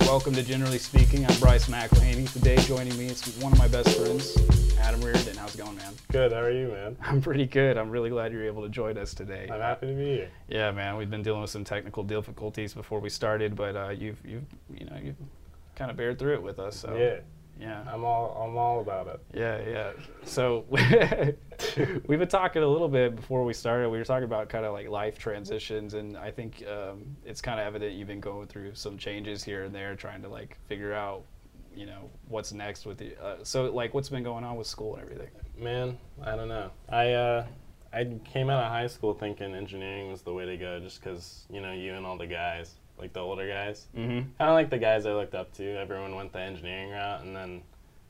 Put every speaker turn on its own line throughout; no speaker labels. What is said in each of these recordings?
Welcome to Generally Speaking. I'm Bryce McElhaney. Today, joining me is one of my best friends, Adam Reardon. How's it going, man?
Good. How are you, man?
I'm pretty good. I'm really glad you're able to join us today.
I'm happy to be here.
Yeah, man. We've been dealing with some technical difficulties before we started, but uh, you've you've you know you've kind of bared through it with us. So
Yeah,
yeah.
I'm all I'm all about it.
Yeah, yeah. So we've been talking a little bit before we started. We were talking about kind of like life transitions, and I think um, it's kind of evident you've been going through some changes here and there, trying to like figure out, you know, what's next with the. Uh, so like, what's been going on with school and everything?
Man, I don't know. I uh, I came out of high school thinking engineering was the way to go, just because you know you and all the guys, like the older guys,
Mm-hmm.
kind of like the guys I looked up to. Everyone went the engineering route, and then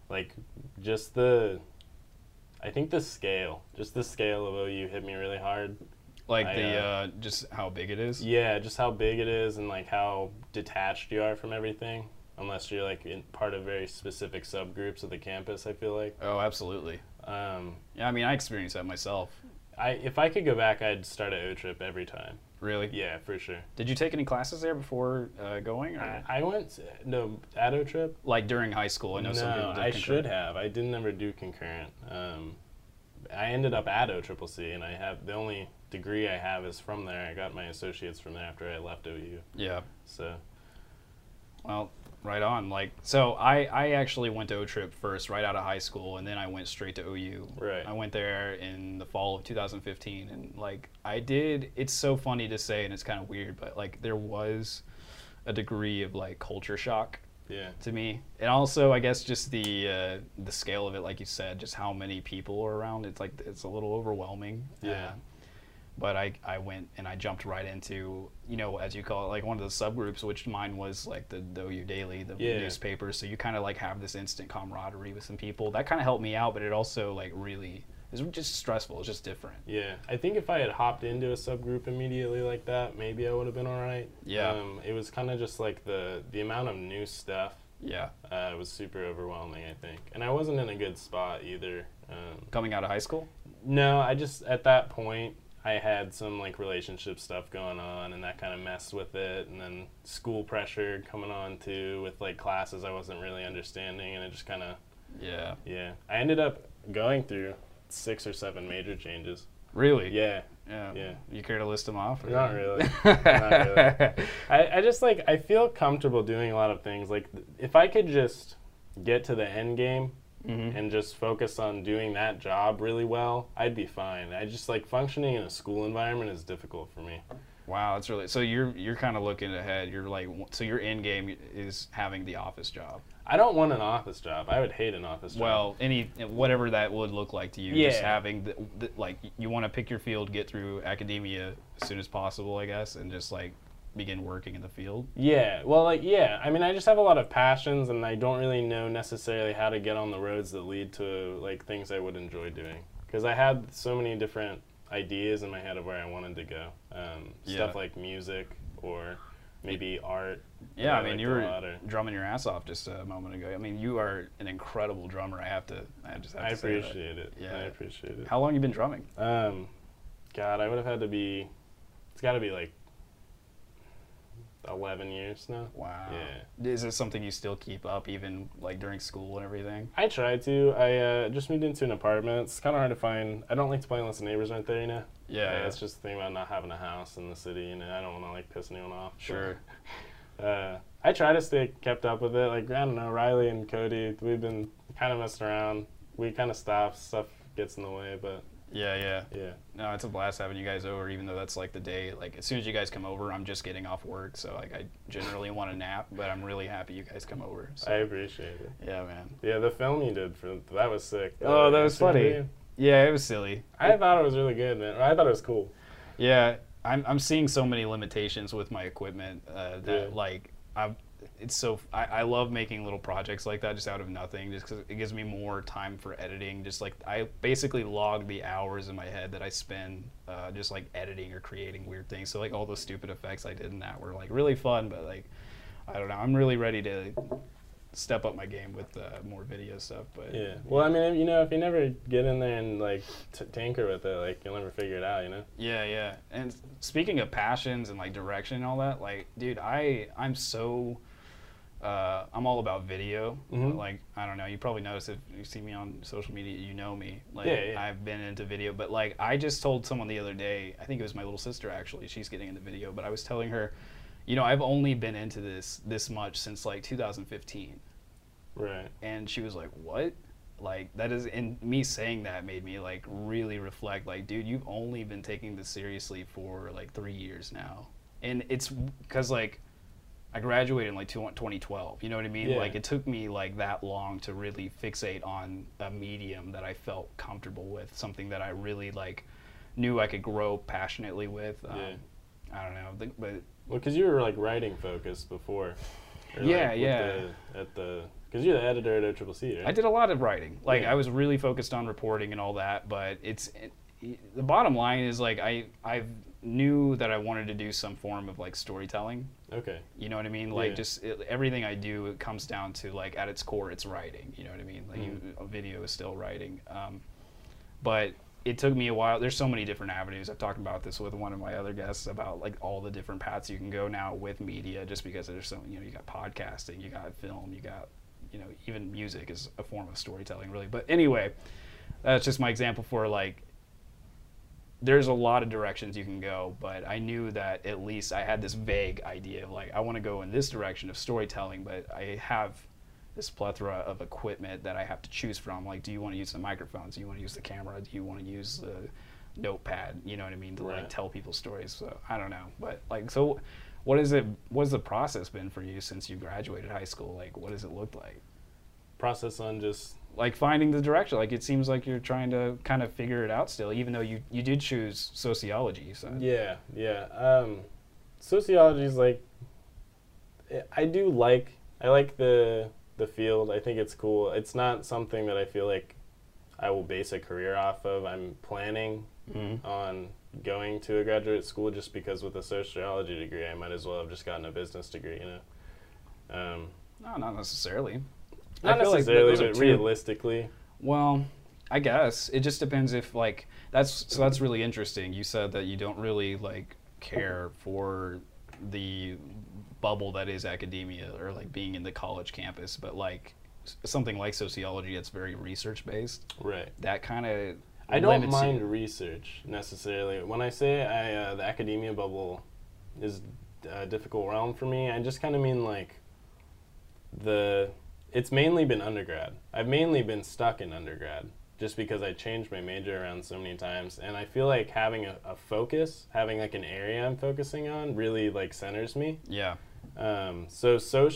like just the, I think the scale, just the scale of OU hit me really hard.
Like
I,
the
uh,
uh, just how big it is.
Yeah, just how big it is and like how detached you are from everything, unless you're like in part of very specific subgroups of the campus. I feel like.
Oh, absolutely.
Um,
Yeah, I mean, I experienced that myself.
I if I could go back, I'd start at O Trip every time.
Really?
Yeah, for sure.
Did you take any classes there before uh, going, or
I, I went to- no at O Trip.
like during high school? I know
No,
Oh, some people did
I
concurrent.
should have. I didn't ever do concurrent. Um, I ended up at O Triple C, and I have the only degree I have is from there. I got my associates from there after I left OU.
Yeah.
So
Well, right on. Like, so I, I actually went to O Trip first, right out of high school, and then I went straight to OU.
Right.
I went there in the fall of 2015, and like I did. It's so funny to say, and it's kind of weird, but like there was a degree of like culture shock
yeah,
to me, and also I guess just the uh, the scale of it, like you said, just how many people are around. It's like it's a little overwhelming.
Yeah.
Uh, but I, I went and I jumped right into you know as you call it like one of the subgroups which mine was like the, the OU Daily the
Yeah.
newspaper so you kind of like have this instant camaraderie with some people that kind of helped me out but it also like really it's just stressful it's just different
yeah. I think if I had hopped into a subgroup immediately like that, maybe I would have been all right.
Yeah.
Um, it was kind of just like the the amount of new stuff
yeah
uh, it was super overwhelming, I think. And I wasn't in a good spot either. Um,
coming out of high school
no, I just, at that point, I had some like relationship stuff going on and that kind of messed with it. And then school pressure coming on too with like classes I wasn't really understanding. And it just kind of,
yeah
yeah. I ended up going through six or seven major changes.
really
Yeah,
yeah,
yeah.
you care to list them off or-
not really. Not really. I, I just like I feel comfortable doing a lot of things. Like th- if I could just get to the end game and just focus on doing that job really well, I'd be fine. I just like functioning in a school environment is difficult for me.
Wow, that's really so. You're you're kind of looking ahead. You're like so your end game is having the office job.
I don't want an office job. I would hate an office job.
Well, any whatever that would look like to you, just
Yeah.
having the, the, like you want to pick your field, get through academia as soon as possible, I guess, and just like begin working in the field.
yeah. Well, like yeah. I mean, I just have a lot of passions, and I don't really know necessarily how to get on the roads that lead to like things I would enjoy doing. Because I had so many different ideas in my head of where I wanted to go. Um,
Yeah.
Stuff like music or maybe art.
Yeah,
that
I mean
liked
you
a
were
lot, or-
drumming your ass off just a moment ago. I mean you are an incredible drummer. I have to. I just have
I
to say that.
appreciate it.
Yeah.
I appreciate it.
How long you been drumming?
Um, God, I would have had to be. It's got to be like eleven years now.
Wow.
Yeah.
Is this something you still keep up even like during school and everything?
I tried to. I uh, just moved into an apartment. It's kind of hard to find. I don't like to play unless the neighbors aren't there, you know.
Yeah, yeah.
That's just the thing about not having a house in the city, you know. I don't want to like piss anyone off.
Sure.
uh, I try to stay kept up with it. Like I don't know, Riley and Cody, we've been kind of messing around. We kind of stop. Stuff gets in the way, but
Yeah, yeah.
yeah,
No, it's a blast having you guys over, even though that's like the day. Like as soon as you guys come over, I'm just getting off work, so like I generally want to nap, but I'm really happy you guys come over. So.
I appreciate it.
yeah, man.
Yeah, the film you did for that was sick.
Oh, that
Uh,
was funny.
Superman.
Yeah, it was silly.
I thought it was really good, man. I thought it was cool.
Yeah, I'm I'm seeing so many limitations with my equipment uh, that
Yeah.
like I've. It's so I, I love making little projects like that just out of nothing, just because it gives me more time for editing. Just like I basically log the hours in my head that I spend uh, just like editing or creating weird things. So like all those stupid effects I did in that were like really fun, but like I don't know. I'm really ready to step up my game with uh, more video stuff. But
Yeah. Well, I mean, you know, if you never get in there and like t- tinker with it, like you'll never figure it out, you know.
Yeah, yeah. And speaking of passions and like direction and all that, like, dude, I I'm so uh, I'm all about video.
Mhm.
Like I don't know, you probably notice if you see me on social media, you know me. Like
Yeah, yeah.
I've been into video, but like I just told someone the other day, I think it was my little sister actually. She's getting into video, but I was telling her, you know, I've only been into this this much since like 2015,
Right.
and she was like, "What?" Like that is, and me saying that made me like really reflect. Like, dude, you've only been taking this seriously for like three years now, and it's because like I graduated in like 2012. You know what I mean?
Yeah.
Like, it took me like that long to really fixate on a medium that I felt comfortable with, something that I really like knew I could grow passionately with. Um,
Yeah.
I don't know, the- but
Well, because you were like writing focused before. Or, like,
Yeah,
with
yeah.
The, at the because you're the editor at OCCC, right?
I did a lot of writing. Like
Yeah.
I was really focused on reporting and all that, but it's it, the bottom line is like I I knew that I wanted to do some form of like storytelling.
Okay.
You know what I mean? Like
Yeah.
just it, everything I do it comes down to like at its core it's writing, you know what I mean? Like you, a video is still writing. Um, but it took me a while. There's so many different avenues. I've talked about this with one of my other guests about like all the different paths you can go now with media, just because there's so you know you got podcasting, you got film, you got you know even music is a form of storytelling really. But anyway, that's just my example for like there's a lot of directions you can go, but I knew that at least I had this vague idea of like I want to go in this direction of storytelling, but I have this plethora of equipment that I have to choose from. Like, do you want to use the microphones? Do you want to use the camera? Do you want to use the notepad? You know what I mean to like
Right.
tell people stories. So I don't know, but like so, what is it? What has the process been for you since you graduated high school? Like, what does it look like?
Process on just
like finding the direction. Like it seems like you're trying to kind of figure it out still, even though you you did choose sociology. So
Yeah, yeah. Um, sociology is like, I- I do like, I like the the field. I think it's cool. It's not something that I feel like I will base a career off of. I'm planning
Mm-hmm.
on going to a graduate school just because with a sociology degree, I might as well have just gotten a business degree. You know, um,
no, not necessarily.
not
I feel like th-
necessarily,
those are
but
two-
realistically,
Well, I guess it just depends if like that's so that's really interesting. You said that you don't really like care for the bubble that is academia or like being in the college campus, but like s- something like sociology that's very research based.
right.
That kind of
I don't mind research necessarily. When I say I, uh, the academia bubble is a difficult realm for me, I just kind of mean like the. It's mainly been undergrad. I've mainly been stuck in undergrad just because I changed my major around so many times, and I feel like having a, a focus, having like an area I'm focusing on, really like centers me.
Yeah.
Um, so soc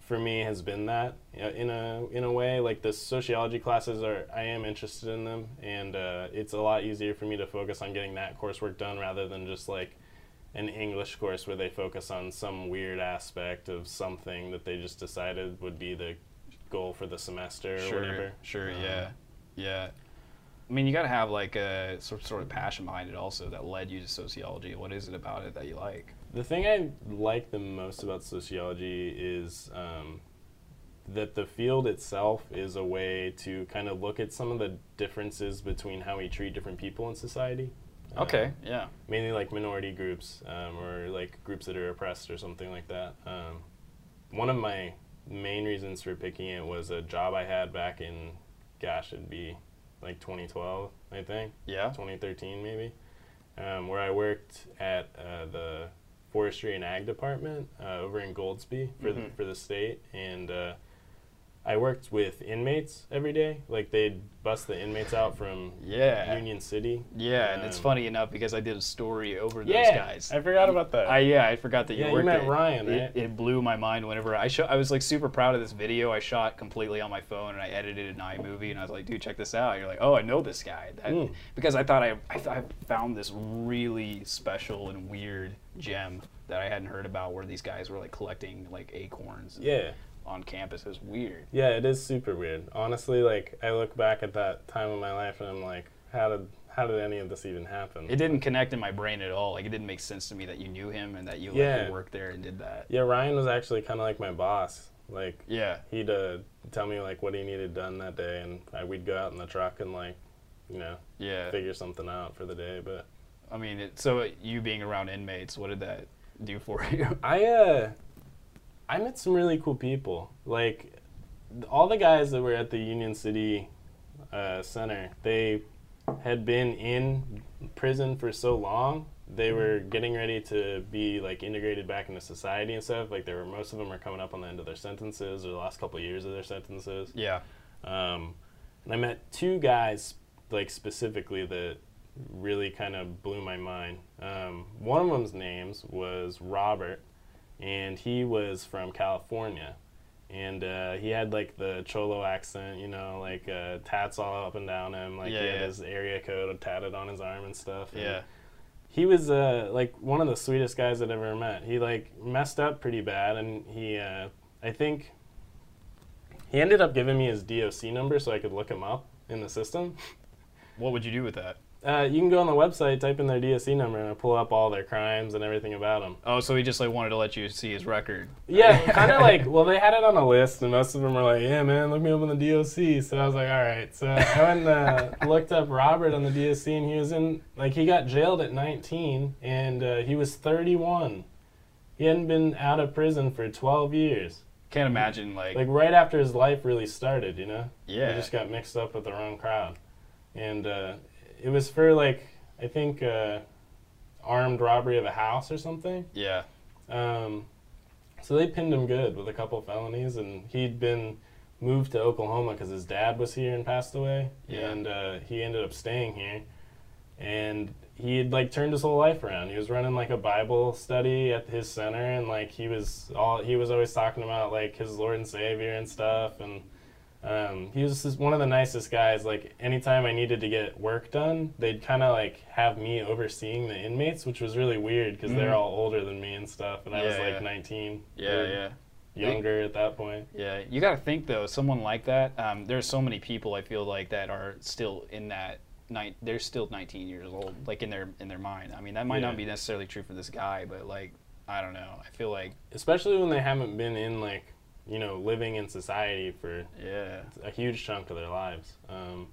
for me has been that you know, in a in a way like the sociology classes are I am interested in them and uh, it's a lot easier for me to focus on getting that coursework done rather than just like an English course where they focus on some weird aspect of something that they just decided would be the goal for the semester or
sure,
whatever.
Sure,
Um,
yeah, yeah. I mean, you got to have like a sort sort of passion behind it also that led you to sociology. What is it about it that you like?
The thing I like the most about sociology is um, that the field itself is a way to kind of look at some of the differences between how we treat different people in society. Um,
yeah,
mainly like minority groups um, or like groups that are oppressed or something like that. Um, one of my main reasons for picking it was a job I had back in, gosh, it'd be like 2012, I think.
yeah.
2013 maybe, um, where I worked at uh, the forestry and ag department uh, over in Goldsby for
Mm-hmm.
the, for the state, and uh, I worked with inmates every day. Like they'd bust the inmates out from
Yeah.
Union City.
Yeah, and it's
Um,
funny enough because I did a story over those
yeah,
guys.
I forgot about that.
I yeah, I forgot that you
Yeah, you
worked
met
at-
Ryan,
it,
right?
it blew my mind whenever I show. I was like super proud of this video I shot completely on my phone and I edited it in iMovie and I was like, dude, check this out. You're like, oh, I know this guy That-
Mm.
because I thought I I, th- I found this really special and weird gem that I hadn't heard about where these guys were like collecting like acorns
yeah.
on campus. It was weird.
Yeah, it is super weird. Honestly, like I look back at that time of my life and I'm like, how did how did any of this even happen?
It didn't connect in my brain at all. Like it didn't make sense to me that you knew him and that you like,
Yeah.
worked there and did that.
yeah, Ryan was actually kind of like my boss. Like
Yeah.
he'd uh, tell me like what he needed done that day, and I, we'd go out in the truck and like, you know,
Yeah.
figure something out for the day. But
I mean, it, so you being around inmates, what did that do for you?
I uh, I met some really cool people. Like all the guys that were at the Union City uh, Center, they had been in prison for so long. They were getting ready to be like integrated back into society and stuff. Like there were most of them are coming up on the end of their sentences or the last couple of years of their sentences.
Yeah.
Um, and I met two guys like specifically that really kind of blew my mind. Um, one of them's names was Robert, and he was from California, and uh, he had like the Cholo accent, you know, like uh, tats all up and down him, like
Yeah,
he had
yeah.
his area code tatted on his arm and stuff. and
Yeah.
he was uh, like one of the sweetest guys I'd ever met. He like messed up pretty bad, and he uh, I think he ended up giving me his DOC number so I could look him up in the system.
What would you do with that?
Uh, you can go on the website, type in their DSC number, and it'll pull up all their crimes and everything about them.
Oh, so he just like wanted to let you see his record.
Yeah, kind of like, well, they had it on a list, and most of them were like, yeah, man, look me up on the DOC. So I was like, all right. So I went and uh, looked up Robert on the DOC, and he was in, like, he got jailed at 19, and uh, he was 31. He hadn't been out of prison for 12 years.
Can't imagine like,
Like, right after his life really started, you know?
yeah.
He just got mixed up with the wrong crowd. And uh, it was for like, I think, uh, armed robbery of a house or something.
yeah.
Um, so they pinned him good with a couple felonies, and he'd been moved to Oklahoma because his dad was here and passed away.
Yeah.
And uh, he ended up staying here. And he had like turned his whole life around. He was running like a Bible study at his center, and like he was all he was always talking about like his Lord and Savior and stuff. And um, he was just one of the nicest guys. Like anytime I needed to get work done, they'd kind of like have me overseeing the inmates, which was really weird because they're
Mhm.
all older than me and stuff, and I was
Yeah,
like
yeah.
19.
Yeah,
or
yeah.
Younger at that point.
Yeah, you got to think though, someone like that. Um, there's so many people I feel like that are still in that night. They're still 19 years old, like in their in their mind. I mean, that might
Yeah.
not be necessarily true for this guy, but like, I don't know. I feel like,
Especially when they haven't been in like you know living in society for
yeah,
a huge chunk of their lives. Um,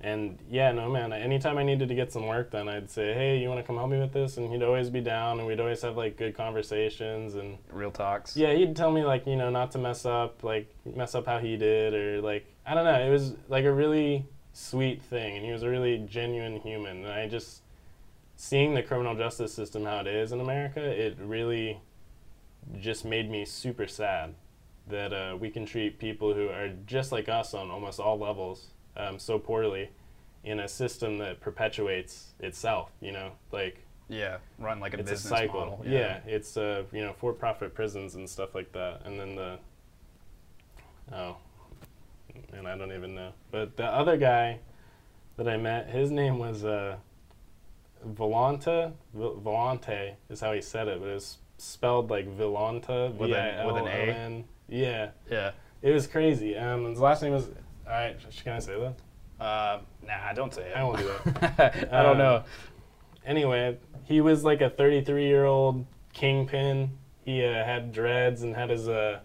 and yeah, no man. Anytime I needed to get some work done, I'd say, "Hey, you want to come help me with this?" And he'd always be down, and we'd always have like good conversations and.
real talks.
Yeah, he'd tell me like you know not to mess up, like mess up how he did, or like I don't know. It was like a really sweet thing, and he was a really genuine human. And I just seeing the criminal justice system how it is in America, it really just made me super sad that uh, we can treat people who are just like us on almost all levels um, so poorly in a system that perpetuates itself. You know, like
yeah, run like a
it's a
business
cycle.
model.
Yeah. it's uh, you know for-profit prisons and stuff like that, and then the oh, and I don't even know. But the other guy that I met, his name was uh, Volanta. Vil- Volante is how he said it, but it's spelled like Vilanta
With an- with an A?
V-I-L-O-N. Yeah,
yeah.
it was crazy. Um, his last name was. All right, sh- can I say that?
Uh, nah, don't say it.
I won't do that.
I don't
Um,
know.
anyway, he was like a 33 year old kingpin. He uh, had dreads and had his uh,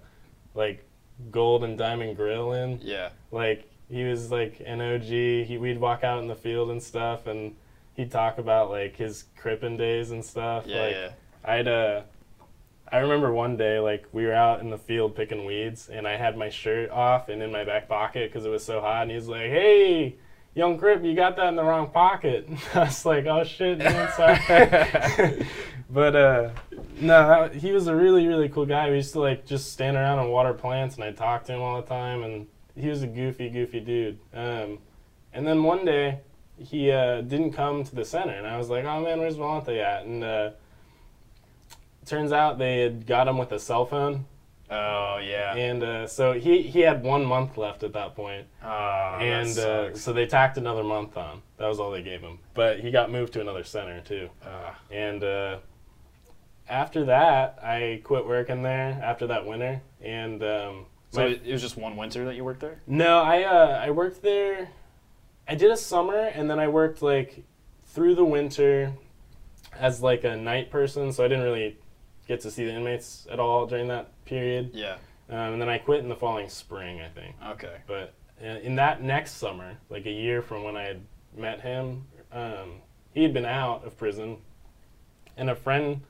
like gold and diamond grill in.
Yeah,
Like he was like an OG. He we'd walk out in the field and stuff, and he'd talk about like his crippin days and stuff.
yeah,
like,
yeah.
I'd uh I remember one day like we were out in the field picking weeds and I had my shirt off and in my back pocket cuz it was so hot and he's like, "Hey, young crip, you got that in the wrong pocket." I was like, "Oh shit, man, sorry." but uh no, that, he was a really really cool guy. We used to like just stand around and water plants and I talked to him all the time and he was a goofy goofy dude. Um and then one day he uh, didn't come to the center and I was like, "Oh man, where's Valente at?" And uh turns out they had got him with a cell phone
Oh yeah.
and uh, so he, he had one month left at that point
Oh, that
and uh,
sucks.
so they tacked another month on that was all they gave him but he got moved to another center too
Ugh.
and uh, after that i quit working there after that winter and um,
so
my-
it, it was just one winter that you worked there.
no, I uh, I worked there. I did a summer, and then I worked like through the winter as like a night person. So I didn't really get to see the inmates at all during that period.
Yeah.
Um, and then I quit in the following spring, I think.
Okay.
But uh, in that next summer, like a year from when I had met him, um, he had been out of prison, and a friend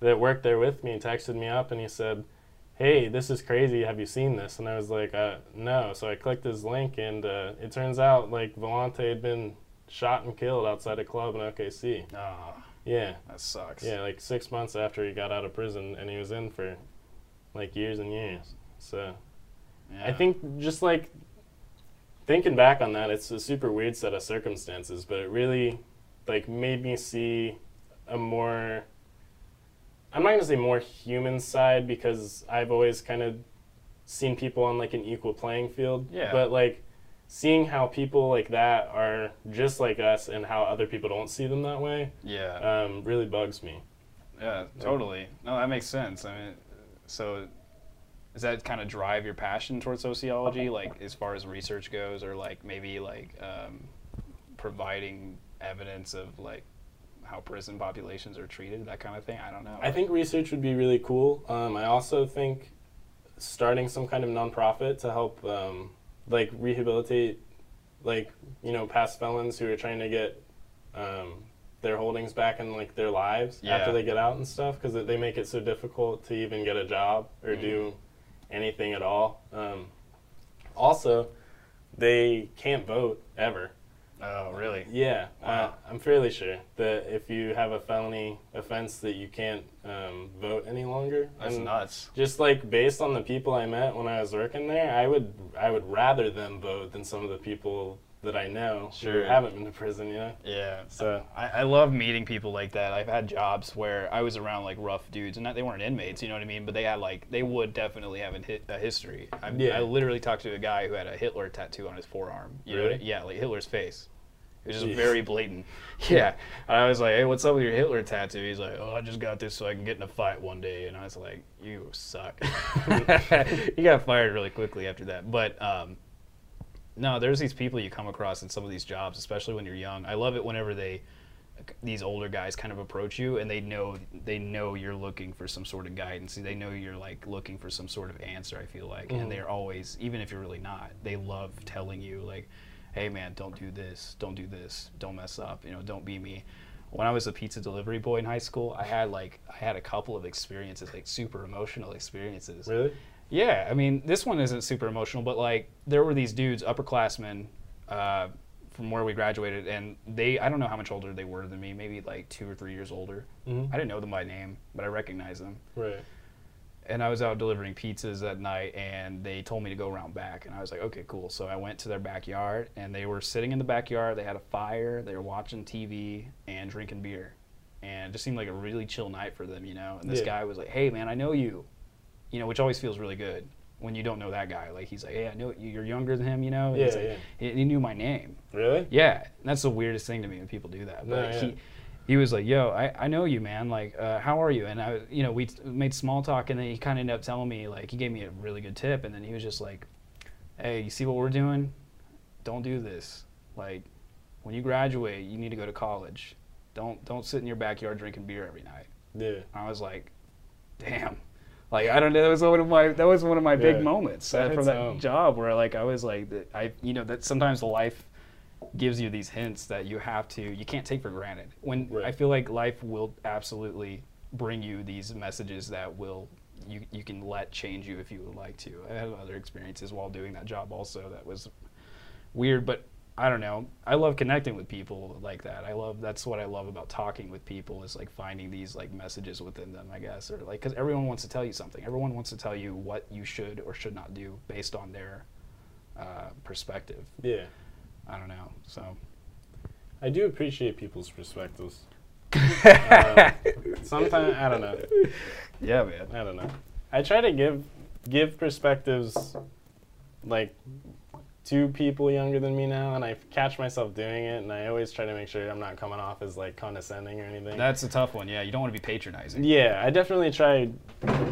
that worked there with me texted me up and he said, hey, this is crazy. Have you seen this? And I was like, uh, no. So I clicked his link, and uh, it turns out like Vellante had been shot and killed outside a club in OKC.
Ah,
Yeah,
that sucks.
yeah, like six months after he got out of prison, and he was in for like years and years. So I
Yeah.
think just like thinking back on that, it's a super weird set of circumstances, but it really like made me see a more I'm not gonna say more human side because I've always kind of seen people on like an equal playing field.
Yeah.
But like seeing how people like that are just like us and how other people don't see them that way
yeah.
um, really bugs me.
Uh, Yeah, totally. No, that makes sense. I mean, so does that kind of drive your passion towards sociology, like as far as research goes, or like maybe like um, providing evidence of like how prison populations are treated, that kind of thing? I don't know.
I think research would be really cool. Um, I also think starting some kind of nonprofit to help, um, like rehabilitate, like you know, past felons who are trying to get um, their holdings back in like their lives
Yeah.
after they get out and stuff, because they make it so difficult to even get a job or do anything at all. Um, also, they can't vote ever.
Oh, really?
Yeah, uh,
Wow.
I'm fairly sure that if you have a felony offense that you can't um, vote any longer.
That's
And
nuts.
Just like based on the people I met when I was working there, I would I would rather them vote than some of the people that I know
Sure.
who haven't been to prison. You know,
Yeah.
so
I, I love meeting people like that. I've had jobs where I was around like rough dudes, and not, they weren't inmates, you know what I mean? But they had like they would definitely have a, hit, a history. I,
Yeah.
I literally talked to a guy who had a Hitler tattoo on his forearm. You know what I-
Really?
yeah, like Hitler's face. It was just
Jeez.
very blatant. Yeah, and I was like, "Hey, what's up with your Hitler tattoo?" He's like, "Oh, I just got this so I can get in a fight one day." And I was like, "You suck." he got fired really quickly after that, but. um no, there's these people you come across in some of these jobs, especially when you're young. I love it whenever they these older guys kind of approach you and they know they know you're looking for some sort of guidance. They know you're like looking for some sort of answer, I feel like. And they're always even if you're really not, they love telling you like, "Hey man, don't do this. Don't do this. Don't mess up. You know, don't be me." When I was a pizza delivery boy in high school, I had like I had a couple of experiences, like super emotional experiences.
really,
Yeah, I mean, this one isn't super emotional, but like there were these dudes, upperclassmen, uh, from where we graduated, and they—I don't know how much older they were than me, maybe like two or three years older.
Mhm.
I didn't know them by name, but I recognized them.
right?
And I was out delivering pizzas that night, and they told me to go around back, and I was like, okay, cool. So I went to their backyard, and they were sitting in the backyard. They had a fire, they were watching TV and drinking beer, and it just seemed like a really chill night for them, you know. And this
Yeah.
guy was like, hey man, I know you you know, which always feels really good when you don't know that guy. Like he's like, hey, I know you- you're younger than him, you know. And he's
Yeah,
like, He, he knew my name.
Really?
Yeah, and that's the weirdest thing to me when people do that. But
No,
like,
yeah.
he, he was like, yo, I, I know you, man. Like, uh, how are you? And I, was- you know, we t- made small talk, and then he kind of ended up telling me like he gave me a really good tip, and then he was just like, hey, you see what we're doing? Don't do this. Like, when you graduate, you need to go to college. Don't don't sit in your backyard drinking beer every night.
Yeah.
I was like, damn. Like I don't know. That was one of my that was one of my big
Yeah.
moments
That
uh, from
hits
that
home.
job where like I was like th- I you know that sometimes life gives you these hints that you have to you can't take for granted. When
Right.
I feel like life will absolutely bring you these messages that will you you can let change you if you would like to. I had other experiences while doing that job also that was weird, but I don't know. I love connecting with people like that. I love that's what I love about talking with people is like finding these like messages within them, I guess, or like because everyone wants to tell you something. Everyone wants to tell you what you should or should not do based on their uh, perspective.
Yeah.
I don't know. So
I do appreciate people's perspectives. um, sometimes I don't know.
yeah, man.
I don't know. I try to give give perspectives like to people younger than me now, and I catch myself doing it, and I always try to make sure I'm not coming off as like condescending or anything.
That's a tough one. Yeah, you don't want to be patronizing.
yeah, I definitely try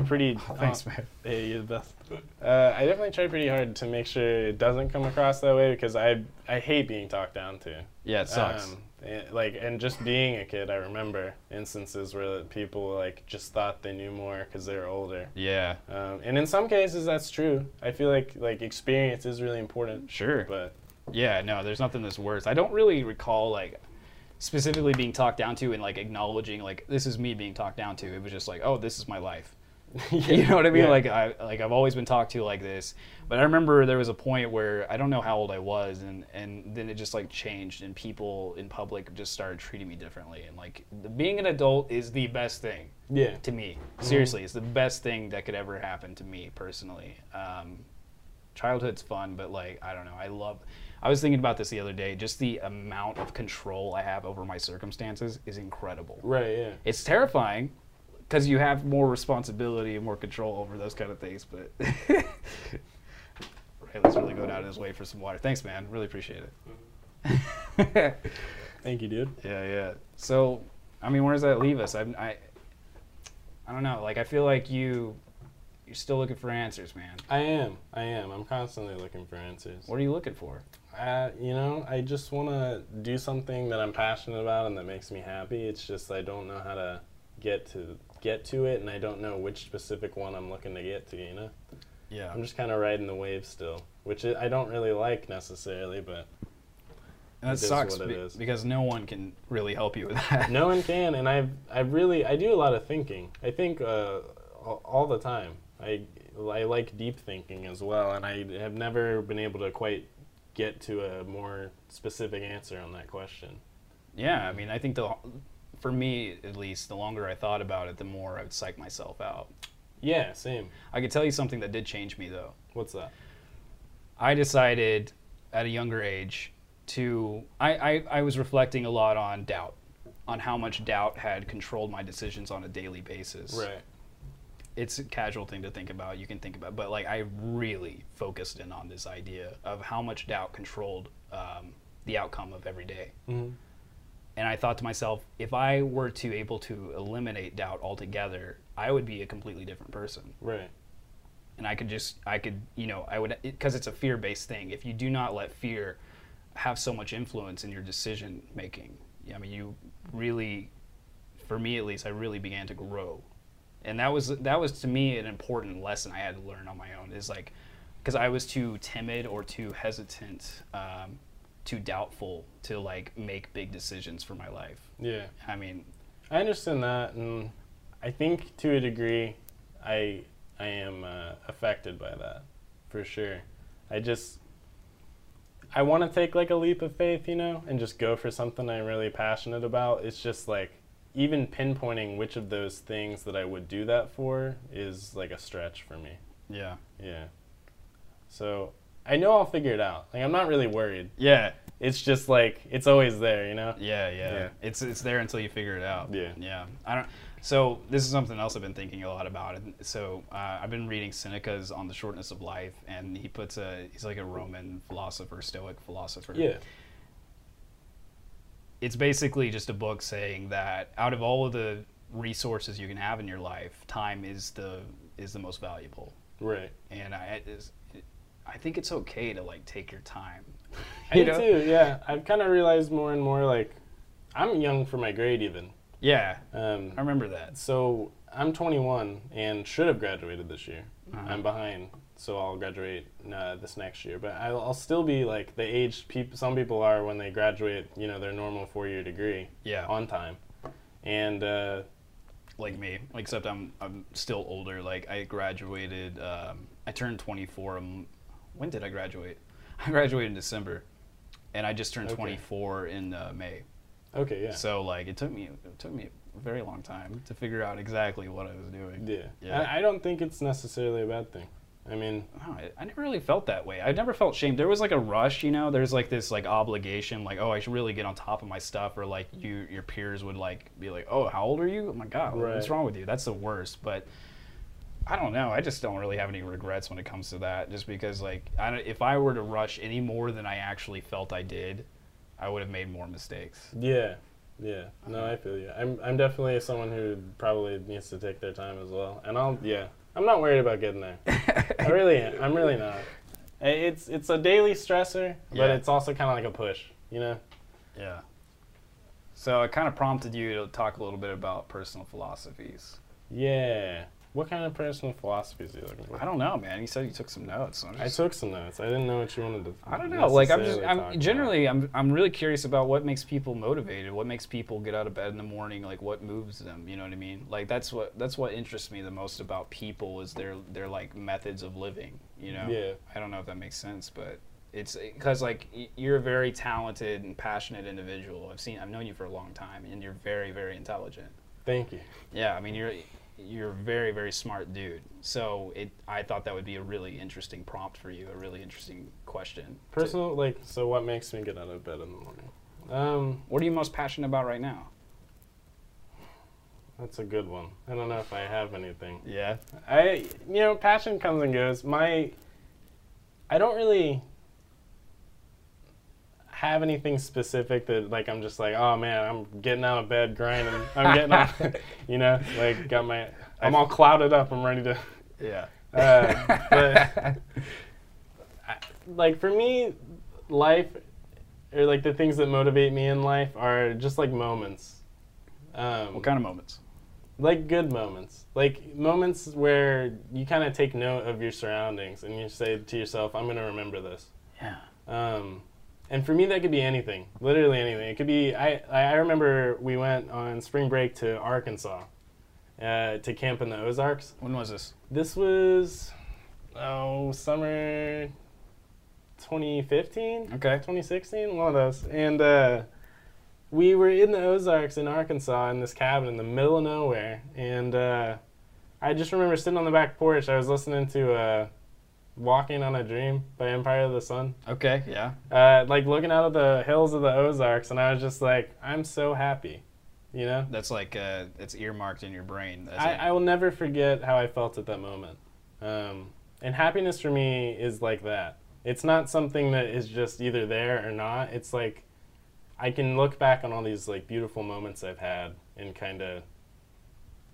pretty.
Oh, Thanks,
uh,
man.
Hey, you're the best. Uh, I definitely try pretty hard to make sure it doesn't come across that way because I I hate being talked down to.
Yeah, it sucks.
Um, and, like and just being a kid, I remember instances where people like just thought they knew more because they were older.
yeah,
Um, and in some cases, that's true. I feel like like experience is really important.
sure.
But
Yeah, no, there's nothing that's worse. I don't really recall like specifically being talked down to and like acknowledging like this is me being talked down to. It was just like, oh, this is my life. you know what I mean?
Yeah.
Like I like I've always been talked to like this. But I remember there was a point where I don't know how old I was and and then it just like changed and people in public just started treating me differently and like the, being an adult is the best thing
yeah. Mm-hmm.
to me. Seriously, it's the best thing that could ever happen to me personally. Um, childhood's fun, but like I don't know, I love. I was thinking about this the other day. Just the amount of control I have over my circumstances is incredible.
Right. Yeah.
It's terrifying because you have more responsibility and more control over those kind of things. But right, let's really go down this way for some water. Thanks, man. Really appreciate it.
Thank you, dude.
Yeah, yeah. So, I mean, where does that leave us? I, I, I don't know. Like, I feel like you, you're still looking for answers, man.
I am. I am. I'm constantly looking for answers.
What are you looking for?
Uh, you know, I just want to do something that I'm passionate about and that makes me happy. It's just I don't know how to get to get to it, and I don't know which specific one I'm looking to get to. You know,
Yeah.
I'm just kind of riding the wave still, which I I don't really like necessarily, but
And that
It is
sucks
what
be-
it is.
because no one can really help you with that.
no one can. And I've I really I do a lot of thinking. I think uh, all, all the time. I I like deep thinking as well, and I have never been able to quite get to a more specific answer on that question.
Yeah, I mean, I think the, for me at least, the longer I thought about it, the more I would psych myself out.
Yeah, same.
I could tell you something that did change me though.
What's that?
I decided at a younger age to I, I, I was reflecting a lot on doubt, on how much doubt had controlled my decisions on a daily basis.
Right.
It's a casual thing to think about, you can think about but like I really focused in on this idea of how much doubt controlled um, the outcome of every day.
Mm-hmm.
And I thought to myself, if I were to able to eliminate doubt altogether, I would be a completely different person.
Right.
and I could just I could you know I would because it's a fear based thing. If you do not let fear have so much influence in your decision making, I mean you really, for me at least, I really began to grow, and that was that was to me an important lesson I had to learn on my own is like because I was too timid or too hesitant, um, too doubtful to like make big decisions for my life.
Yeah.
I mean,
I understand that, and I think to a degree, I I am uh, affected by that, for sure. I just I want to take like a leap of faith, you know, and just go for something I'm really passionate about. It's just like even pinpointing which of those things that I would do that for is like a stretch for me.
yeah,
Yeah. So I know I'll figure it out. Like I'm not really worried.
yeah.
It's just like it's always there, you know.
Yeah, yeah,
Yeah.
It's it's there until you figure it out.
Yeah.
yeah. I don't. So this is something else I've been thinking a lot about. And So uh, I've been reading Seneca's on the shortness of life, and he puts a he's like a Roman philosopher, Stoic philosopher.
Yeah.
It's basically just a book saying that out of all of the resources you can have in your life, time is the is the most valuable.
Right.
And I is, I think it's okay to like take your time.
I do too. Yeah, I've kind of realized more and more like I'm young for my grade even.
Yeah, I
Um,
remember that.
so I'm 21 and should have graduated this year.
Uh-huh.
I'm behind, so I'll graduate uh, this next year. But I'll, I'll still be like the age peop- some people are when they graduate. You know, their normal four-year degree
Yeah.
on time, and. Uh,
like me, except I'm I'm still older. Like I graduated, um, I turned 24. Um, when did I graduate? I graduated in December, and I just turned
Okay.
24 in uh, May.
okay, yeah.
So like it took me it took me a very long time to figure out exactly what I was doing.
yeah.
Yeah.
I, I don't think it's necessarily a bad thing. I mean,
No, I, I never really felt that way. I never felt shame. There was like a rush, you know. There's like this like obligation, like oh, I should really get on top of my stuff, or like you your peers would like be like, oh, how old are you? Oh my god, what's
Right.
wrong with you? That's the worst. But I don't know. I just don't really have any regrets when it comes to that, just because like I don't, if I were to rush any more than I actually felt I did, I would have made more mistakes.
Yeah, yeah.
Uh-huh.
No, I feel you. I'm I'm definitely someone who probably needs to take their time as well. And I'll yeah. I'm not worried about getting there. I really am. I'm really not. I- It's it's a daily stressor, but
Yeah.
it's also kind of like a push, you know.
Yeah. So it kind of prompted you to talk a little bit about personal philosophies.
Yeah. What kind of personal philosophies are you looking for?
I don't know, man. You said you took some notes. so I'm
I
just-
took some notes. I didn't know what you wanted to.
I don't know. Like I'm just
necessarily talk
I'm
about.
generally I'm I'm really curious about what makes people motivated, what makes people get out of bed in the morning, like what moves them, you know what I mean? Like that's what that's what interests me the most about people is their their like methods of living, you know.
Yeah.
I don't know if that makes sense, but it's cuz like y- you're a very talented and passionate individual. I've seen I've known you for a long time and you're very very intelligent.
Thank you.
Yeah, I mean you're you're a very very smart dude. So it I thought that would be a really interesting prompt for you, a really interesting question. to-
Personal, like, so what makes me get out of bed in the morning? Um,
What are you most passionate about right now?
that's a good one. I don't know if I have anything.
Yeah.
I, you know, passion comes and goes. My, I don't really have anything specific that like I'm just like, oh man, I'm getting out of bed, grinding. I'm getting out, you know, like got my, I'm all clouded up. I'm ready to.
Yeah.
Uh, but I- like for me, life or like the things that motivate me in life are just like moments. Um,
What kind of moments?
like good moments, like moments where you kind of take note of your surroundings and you say to yourself, "I'm gonna remember this."
Yeah.
Um, and for me, that could be anything, literally anything. It could be I. I I remember we went on spring break to Arkansas, uh, to camp in the Ozarks.
When was this?
This was oh summer 2015,
Okay.
2016, one of those. And uh, we were in the Ozarks in Arkansas in this cabin in the middle of nowhere. And uh, I just remember sitting on the back porch. I was listening to uh, "Walking on a Dream" by Empire of the Sun,
Okay. Yeah.
uh, like looking out at the hills of the Ozarks, and I was just like, "I'm so happy," you know.
That's like uh, it's earmarked in your brain. That's
I,
like-
I will never forget how I felt at that moment. Um, and happiness for me is like that. It's not something that is just either there or not. It's like I can look back on all these like beautiful moments I've had and kind of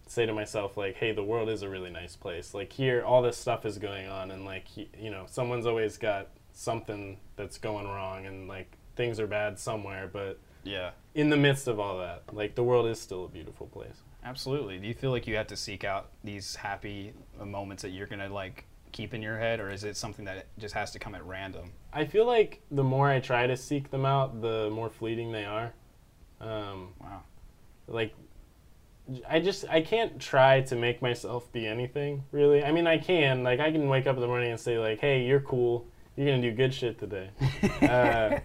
say to myself like, "Hey, the world is a really nice place. Like here, all this stuff is going on, and like y- you know, someone's always got something that's going wrong, and like things are bad somewhere. But
yeah.
in the midst of all that, like the world is still a beautiful place."
Absolutely. Do you feel like you have to seek out these happy uh, moments that you're gonna like keep in your head, or is it something that just has to come at random?
I feel like the more I try to seek them out, the more fleeting they are. Um,
Wow.
like, j- I just I can't try to make myself be anything really. I mean, I can like I can wake up in the morning and say like, "Hey, you're cool. You're gonna do good shit today." uh,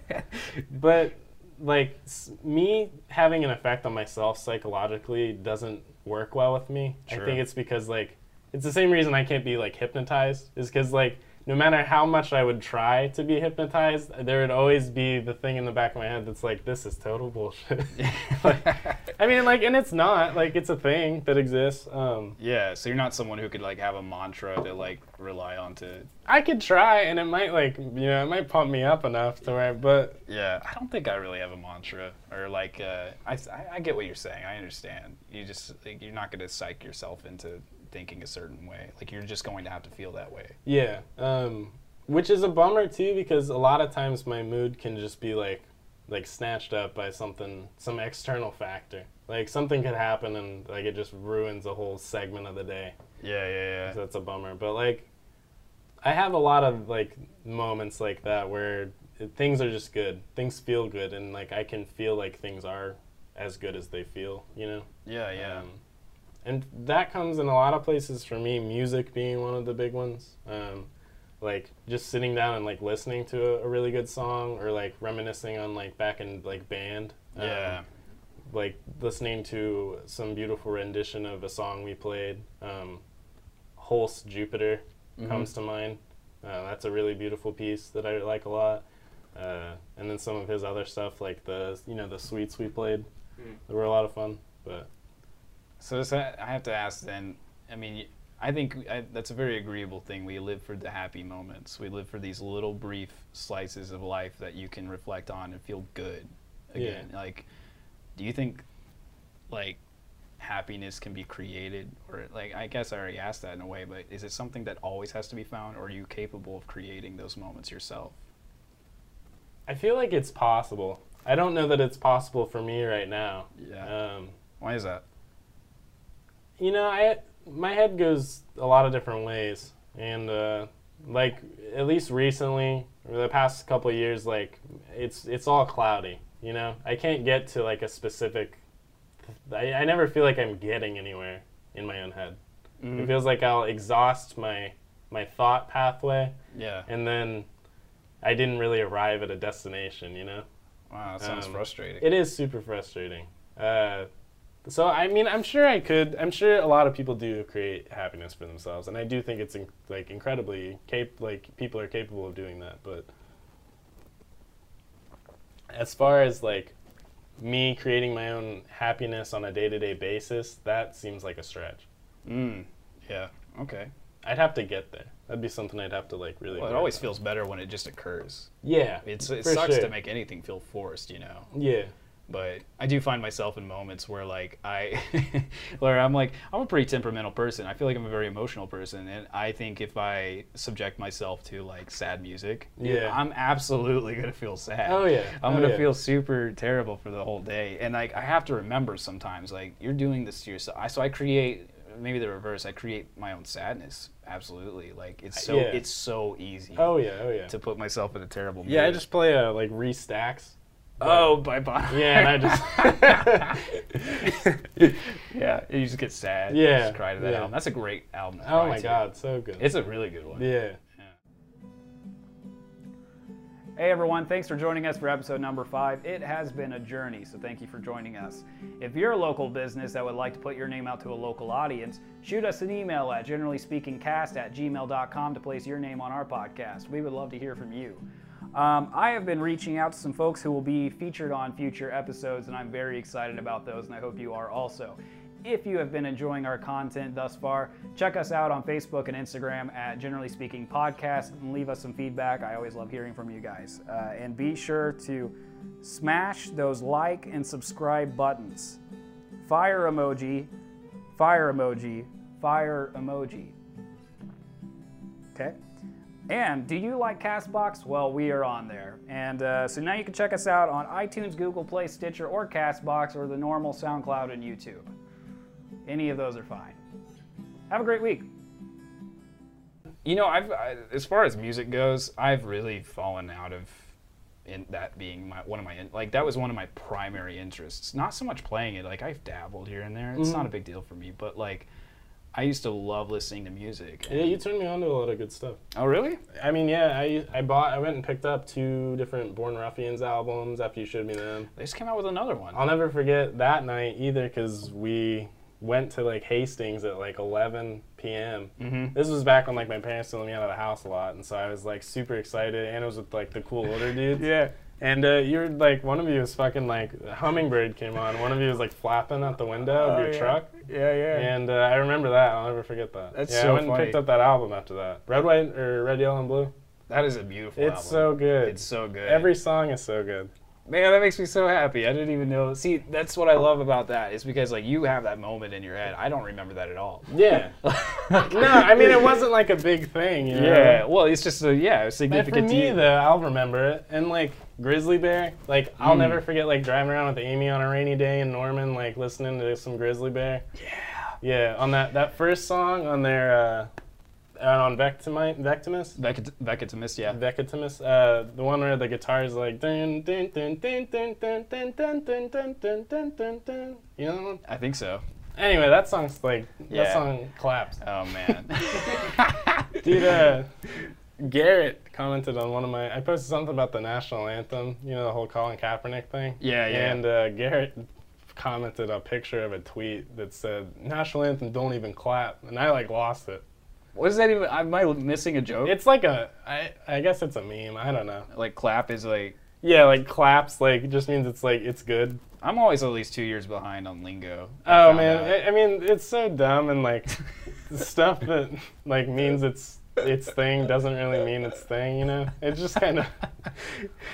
but like s- me having an effect on myself psychologically doesn't work well with me.
Sure.
I think it's because like it's the same reason I can't be like hypnotized is because like no matter how much I would try to be hypnotized, there would always be the thing in the back of my head that's like, this is total bullshit. Like, I mean, like, and it's not like it's a thing that exists. Um,
Yeah. So you're not someone who could like have a mantra to like rely on to.
I could try, and it might like you know it might pump me up enough to where, but
Yeah. I don't think I really have a mantra, or like uh, I, I I get what you're saying. I understand. You just like, you're not gonna psych yourself into thinking a certain way. Like you're just going to have to feel that way.
Yeah, um, which is a bummer too because a lot of times my mood can just be like, like snatched up by something, some external factor. Like something could happen and like it just ruins a whole segment of the day.
Yeah, yeah,
So that's a bummer. But like, I have a lot of like moments like that where it, things are just good. Things feel good, and like I can feel like things are as good as they feel. You know.
yeah, yeah, yeah.
Um, and that comes in a lot of places for me, music being one of the big ones. Um, like just sitting down and like listening to a, a really good song or like reminiscing on like back in like band. Um,
yeah.
Like listening to some beautiful rendition of a song we played. Um, Holst Jupiter comes to mind. Uh, that's a really beautiful piece that I like a lot. Uh, and then some of his other stuff, like the you know the suites we played, they were a lot of fun. But
So, so I have to ask then. I mean, y- I think I, that's a very agreeable thing. We live for the happy moments. We live for these little brief slices of life that you can reflect on and feel good again. Like, do you think, like, happiness can be created, or like I guess I already asked that in a way, but is it something that always has to be found, or are you capable of creating those moments yourself?
I feel like it's possible. I don't know that it's possible for me right now. Um,
Why is that?
you know, I my head goes a lot of different ways, and uh, like at least recently, or the past couple of years, like it's it's all cloudy. You know, I can't get to like a specific. I, I never feel like I'm getting anywhere in my own head.
Mm-hmm.
It feels like I'll exhaust my my thought pathway,
Yeah.
and then I didn't really arrive at a destination. You know.
Wow, that sounds
Um,
frustrating.
It is super frustrating. Uh, so I mean, I'm sure I could. I'm sure a lot of people do create happiness for themselves, and I do think it's in, like incredibly cap- like people are capable of doing that. But as far as like me creating my own happiness on a day-to-day basis, that seems like a stretch.
mm, yeah. Okay.
I'd have to get there. That'd be something I'd have to like really.
Well, it
work
always
on.
feels better when it just occurs.
Yeah.
It's it
For
sucks
sure.
to make anything feel forced, you know.
Yeah.
But I do find myself in moments where like I where I'm like I'm a pretty temperamental person. I feel like I'm a very emotional person and I think if I subject myself to like sad music, dude,
Yeah.
I'm absolutely going to feel sad.
Oh, yeah.
I'm
Oh,
going to
yeah.
feel super terrible for the whole day. And like I have to remember sometimes like you're doing this to yourself. I, so I create maybe the reverse. I create my own sadness. Absolutely. Like it's so
Yeah.
it's so easy
Oh yeah. Oh yeah.
to put myself in a terrible mood.
Yeah, I just play uh, like restacks.
oh by Bon.
Yeah, and I just.
yeah. You just get sad.
Yeah,
you just cry to that
yeah.
album. That's a great album. to
oh
cry
my
to.
god, so good.
it's a really good one.
yeah.
Hey everyone, thanks for joining us for episode number five. It has been a journey, so thank you for joining us. If you're a local business that would like to put your name out to a local audience, shoot us an email at generallyspeakingcast at gmail.com to place your name on our podcast. We would love to hear from you. Um, I have been reaching out to some folks who will be featured on future episodes, and I'm very excited about those, and I hope you are also. If you have been enjoying our content thus far, check us out on Facebook and Instagram at Generally Speaking Podcast and leave us some feedback. I always love hearing from you guys. Uh, and be sure to smash those like and subscribe buttons. Fire emoji, fire emoji, fire emoji. Okay? And do you like Castbox? Well, we are on there. And uh, so now you can check us out on iTunes, Google Play, Stitcher, or Castbox, or the normal SoundCloud and YouTube. Any of those are fine. Have a great week. You know, I've I, as far as music goes, I've really fallen out of in that being my one of my in- like that was one of my primary interests. Not so much playing it, like I've dabbled here and there. It's not a big deal for me, but like I used to love listening to music.
Yeah, you turned me on to a lot of good stuff.
Oh, really?
I mean, yeah, I I bought, I went and picked up two different Born Ruffians albums after you showed me them.
They just came out with another one.
I'll never forget that night either because we went to like Hastings at like 11 p.m. Mm-hmm. This was back when like my parents didn't let me out of the house a lot, and so I was like super excited, and it was with like the cool older dudes.
Yeah.
And uh, you were like, one of you was fucking like, hummingbird came on. One of you was like flapping out the window of your truck.
Oh, Yeah, yeah.
And uh, I remember that. I'll never forget that.
That's
yeah,
so
I went
funny.
and picked up that album after that. Red, white, or red, yellow, and blue.
That is a beautiful
It's so good.
it's so good.
Every song is so good.
man, that makes me so happy. I didn't even know. See, that's what I love about that. Is because like you have that moment in your head. I don't remember that at all.
Yeah. no, I mean it wasn't like a big thing. You know?
Yeah. Well, it's just a yeah a
But for
significant. to
me
you.
though, I'll remember it. And like Grizzly Bear, like I'll never forget like driving around with Amy on a rainy day in Norman, like listening to some Grizzly Bear. Yeah. Yeah. On that that first song on their uh, uh, on Vectimi- Vectimus.
Vec- Vecatimus, yeah.
Vecatimus, uh, the one where the guitar is like dun dun dun dun dun dun dun dun dun dun dun dun dun dun. You know. that one?
I think so.
Anyway, that song's like
Yeah.
that song claps.
Oh man.
Dude, uh, Garrett commented on one of my. I posted something about the national anthem. You know the whole Colin Kaepernick thing.
Yeah, yeah.
And uh, Garrett commented a picture of a tweet that said "National anthem, don't even clap," and I like lost it.
what is that even? Am I missing a joke?
It's like a. I I guess it's a meme. I don't know.
like clap is like.
Yeah, like claps like just means it's like it's good.
I'm always at least two years behind on lingo. I
Oh
found
man,
out.
I, I mean it's so dumb and like stuff that like means it's its thing doesn't really mean its thing. You know, it's just kind of.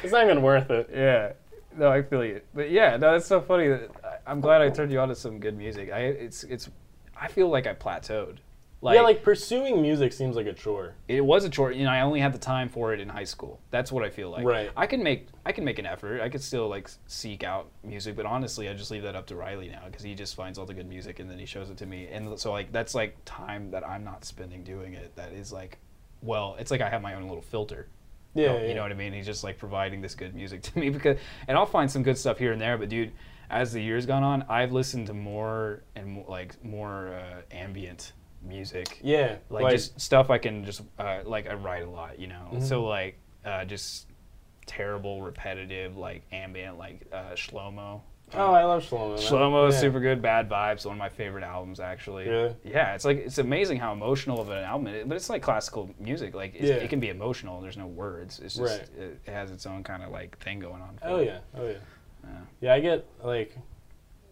It's not even worth it.
Yeah. No, I feel you. But yeah, no, that's so funny. that- I- I'm glad I turned you on to some good music. I it's it's I feel like I plateaued. Like,
yeah, like pursuing music seems like a chore.
it was a chore. You know, I only had the time for it in high school. That's what I feel like.
Right.
I can make I can make an effort. I could still like s- seek out music, but honestly, I just leave that up to Riley now because he just finds all the good music and then he shows it to me. And so like that's like time that I'm not spending doing it. That is like, well, it's like I have my own little filter.
Yeah,
You know what I mean? He's just like providing this good music to me because, and I'll find some good stuff here and there. But dude, as the years gone on, I've listened to more and more, like more uh, ambient music,
yeah,
like, just stuff I can just uh, like I write a lot, you know.
Mm-hmm.
So like uh, just terrible, repetitive, like ambient, like uh, Shlomo.
oh, I love Shlomo.
Shlomo is
Yeah.
super good. Bad vibes, one of my favorite albums, actually.
Really?
Yeah, it's like it's amazing how emotional of an album, it is, but it's like classical music. Like it's,
Yeah.
it can be emotional. There's no words. It's just
Right.
it, it has its own kind of like thing going on. for
Oh
it.
yeah, oh yeah.
Yeah.
Yeah, I get like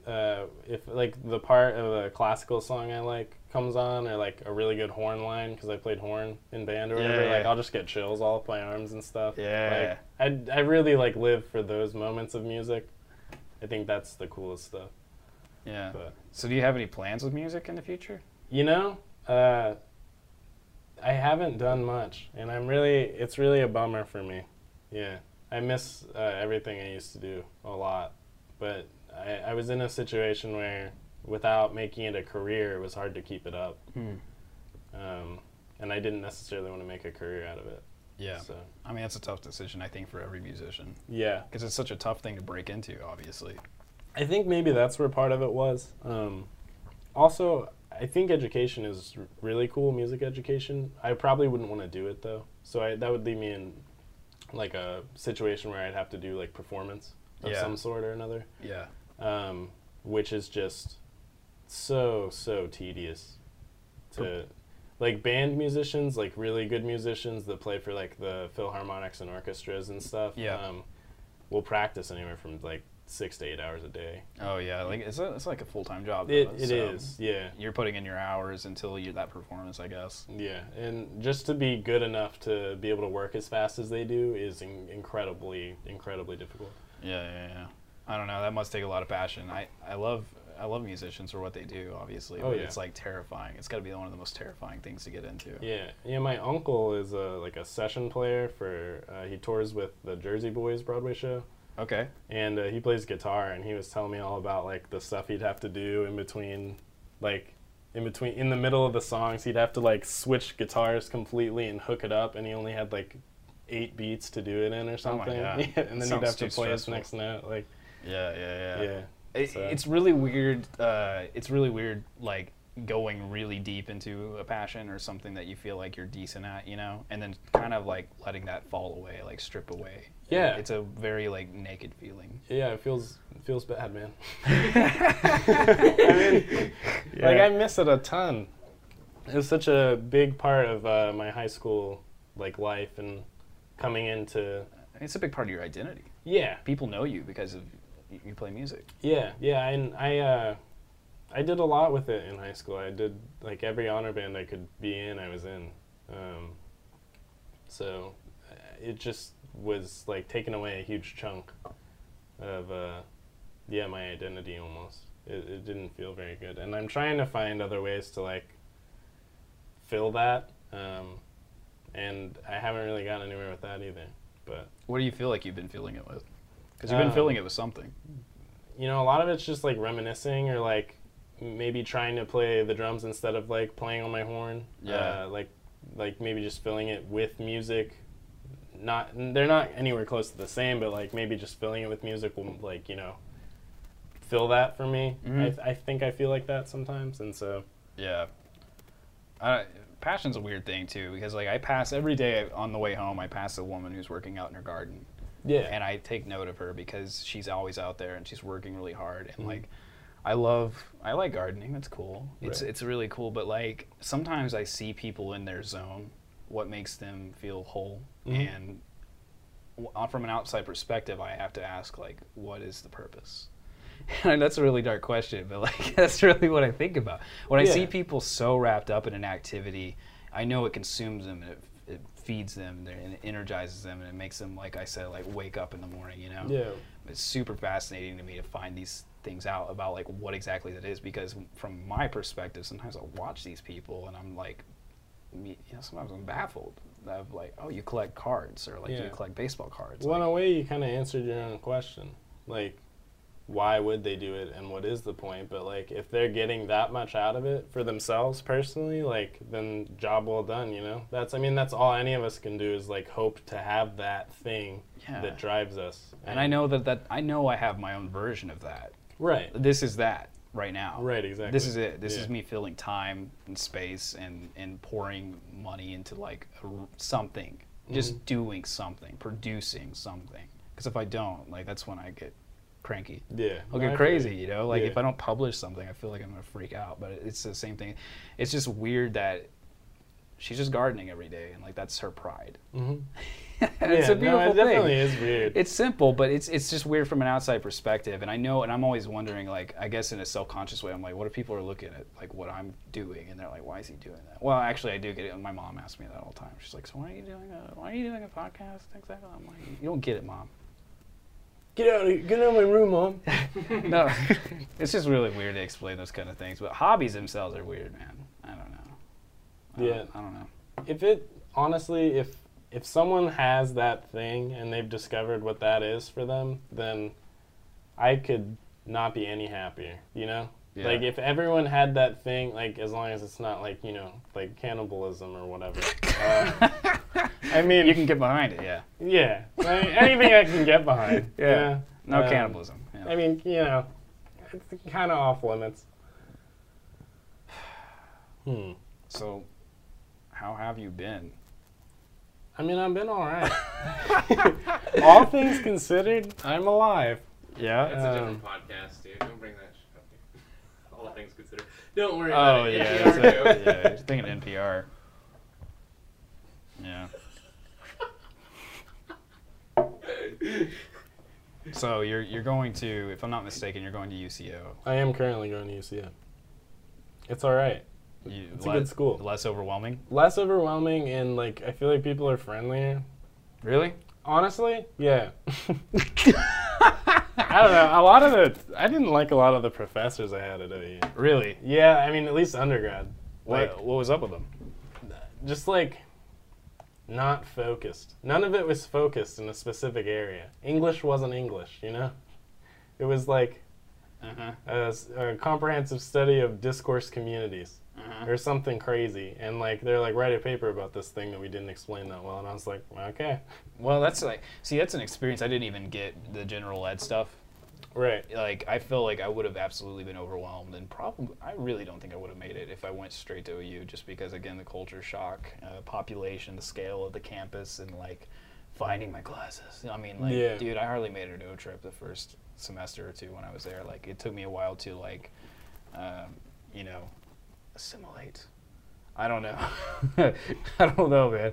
uh, if like the part of a classical song I like comes on, or like a really good horn line because I played horn in band or
Yeah,
whatever. Like
yeah.
I'll just get chills all up my arms and stuff.
Yeah.
like, I I really like live for those moments of music. I think that's the coolest stuff.
yeah.
But
So do you have any plans with music in the future?
you know, uh, I haven't done much, and I'm really it's really a bummer for me. Yeah, I miss uh, everything I used to do a lot, but I, I was in a situation where without making it a career, it was hard to keep it up,
Hmm.
um, and I didn't necessarily want to make a career out of it.
Yeah.
So
I mean, that's a tough decision, I think, for every musician
yeah,
because it's such a tough thing to break into, obviously.
I think maybe that's where part of it was. Um, also, I think education is r- really cool, music education. I probably wouldn't want to do it though, so I, that would leave me in like a situation where I'd have to do like performance of
Yeah.
some sort or another,
Yeah.
um, which is just so so tedious. To like band musicians, like really good musicians that play for like the philharmonics and orchestras and stuff.
Yeah.
um, will practice anywhere from like six to eight hours a day.
Oh yeah, like it's a, it's like a full time job.
It,
though,
it
Uh, so
is, yeah,
You're putting in your hours until you that performance, I guess.
yeah, and just to be good enough to be able to work as fast as they do is in- incredibly, incredibly difficult.
Yeah, yeah, yeah. I don't know. That must take a lot of passion. I, I love I love musicians for what they do. Obviously,
Oh,
but
yeah.
it's like terrifying. It's got to be one of the most terrifying things to get into.
Yeah, yeah. My uncle is a like a session player for. Uh, he tours with the Jersey Boys Broadway show,
Okay.
and uh, he plays guitar. And he was telling me all about like the stuff he'd have to do in between, like in between in the middle of the songs, he'd have to like switch guitars completely and hook it up. And he only had like eight beats to do it in or something.
Oh God.
Yeah, and then he'd
Sounds
have to
too
play his
stressful.
next note. Like
Yeah, yeah, yeah.
yeah.
It,
so-
It's really weird. Uh, it's really weird. Like going really deep into a passion or something that you feel like you're decent at, you know, and then kind of like letting that fall away, like strip away.
Yeah.
It's a very like naked feeling.
Yeah, it feels it feels bad, man. I mean, like I miss it a ton. It was such a big part of uh, my high school like life and coming into
It's a big part of your identity.
yeah
People know you because of you you play music.
yeah yeah and I uh, I did a lot with it in high school. I did like every honor band I could be in. I was in, um, so uh, it just was like taking away a huge chunk of uh, yeah my identity almost. It, it didn't feel very good, and I'm trying to find other ways to like fill that, um, and I haven't really gotten anywhere with that either. But
What do you feel like you've been filling it with? Because you've been
Um,
filling it with something.
you know, a lot of it's just like reminiscing or like maybe trying to play the drums instead of like playing on my horn.
Yeah.
Uh, like, like maybe just filling it with music. Not they're not anywhere close to the same, but like maybe just filling it with music will like you know fill that for me. I,
Mhm.
I think I feel like that sometimes, and so
Yeah. I, passion's a weird thing too because like I pass every day on the way home. I pass a woman who's working out in her garden,
yeah,
and I take note of her because she's always out there and she's working really hard. And like, I love I like gardening. That's cool. It's
Right.
it's really cool. But like sometimes I see people in their zone. What makes them feel whole
Mhm.
and w- uh, from an outside perspective, I have to ask like, what is the purpose? And that's a really dark question, but like that's really what I think about when I
Yeah.
see people so wrapped up in an activity. I know it consumes them and it, it feeds them there and it energizes them and it makes them like I said like wake up in the morning. You know.
Yeah.
It's super fascinating to me to find these things out about like what exactly that is because from my perspective, sometimes I watch these people and I'm like, me- you know, sometimes I'm baffled of like, oh, you collect cards or like
Yeah.
you collect baseball cards.
well, in
like,
a way, you kind of answered your own question. Like, why would they do it and what is the point? But, like, if they're getting that much out of it for themselves personally, like, then job well done, you know? That's, I mean, that's all any of us can do is, like, hope to have that thing
Yeah.
that drives us.
and I know that that I know I have my own version of that.
Right.
This is that right now.
Right, exactly.
This is it. This
Yeah.
is me filling time and space and and pouring money into like a r- something,
Mm-hmm.
just doing something, producing something. Because if I don't, like that's when I get cranky.
Yeah.
I'll
No, I
get
feel
crazy,
you.
you know. Like
Yeah.
if I don't publish something, I feel like I'm gonna freak out. But it's the same thing. It's just weird that she's just gardening every day, and like that's her pride. it's
Mm-hmm. Yeah,
a beautiful
no, it
thing.
definitely is weird.
It's simple, but it's it's just weird from an outside perspective. And I know, and I'm always wondering, like, I guess in a self-conscious way, I'm like, what if people are looking at like what I'm doing, and they're like, why is he doing that? Well, actually, I do get it. My mom asks me that all the time. She's like, so why are you doing a why are you doing a podcast exactly? I'm like, you don't get it, mom.
get out of here. Get out of my room, Mom.
no, it's just really weird to explain those kind of things. But hobbies themselves are weird, man. I don't know. I don't-
Yeah.
I don't know.
if it honestly if if someone has that thing and they've discovered what that is for them then i could not be any happier you know
Yeah.
like if everyone had that thing like as long as it's not like you know like cannibalism or whatever uh, i mean
You can get behind it, yeah.
yeah I mean, anything i can get behind
Yeah. No
Um,
cannibalism. Yeah.
i mean you know it's kind of off limits hmm
so, how have you been?
I mean, I've been all right. all things considered, I'm alive.
Yeah.
That's a
Um,
different podcast, dude. Don't bring that shit up here. All things considered. Don't worry
Oh
about it.
yeah.
It's
that's
our
a- yeah. You're thinking NPR. Yeah.
joke.
So you're you're going to, if I'm not mistaken, you're going to UCO.
I am currently going to UCF. It's all right.
You,
It's a good school.
Less overwhelming.
Less overwhelming, and like I feel like people are friendlier.
Really?
Honestly, yeah. I don't know. A lot of the I didn't like a lot of the professors I had at OU.
Really?
Yeah, I mean at least undergrad. Like
What What was up with them?
just like not focused. None of it was focused in a specific area. English wasn't English, you know. It was like
Uh huh.
a, s- a comprehensive study of discourse communities
Uh-huh.
or something crazy. And like they're like write a paper about this thing that we didn't explain that well. And I was like, okay,
Well, that's like, see, that's an experience I didn't even get the general ed stuff.
right,
Like, I feel like I would have absolutely been overwhelmed, and probably, I really don't think I would have made it if I went straight to OU, just because, again, the culture shock, uh, population, the scale of the campus, and like finding my classes. I mean, like,
Yeah.
dude, I hardly made it to a trip the first semester or two when I was there. Like, it took me a while to like, um, you know, assimilate. I don't know. I don't know, man.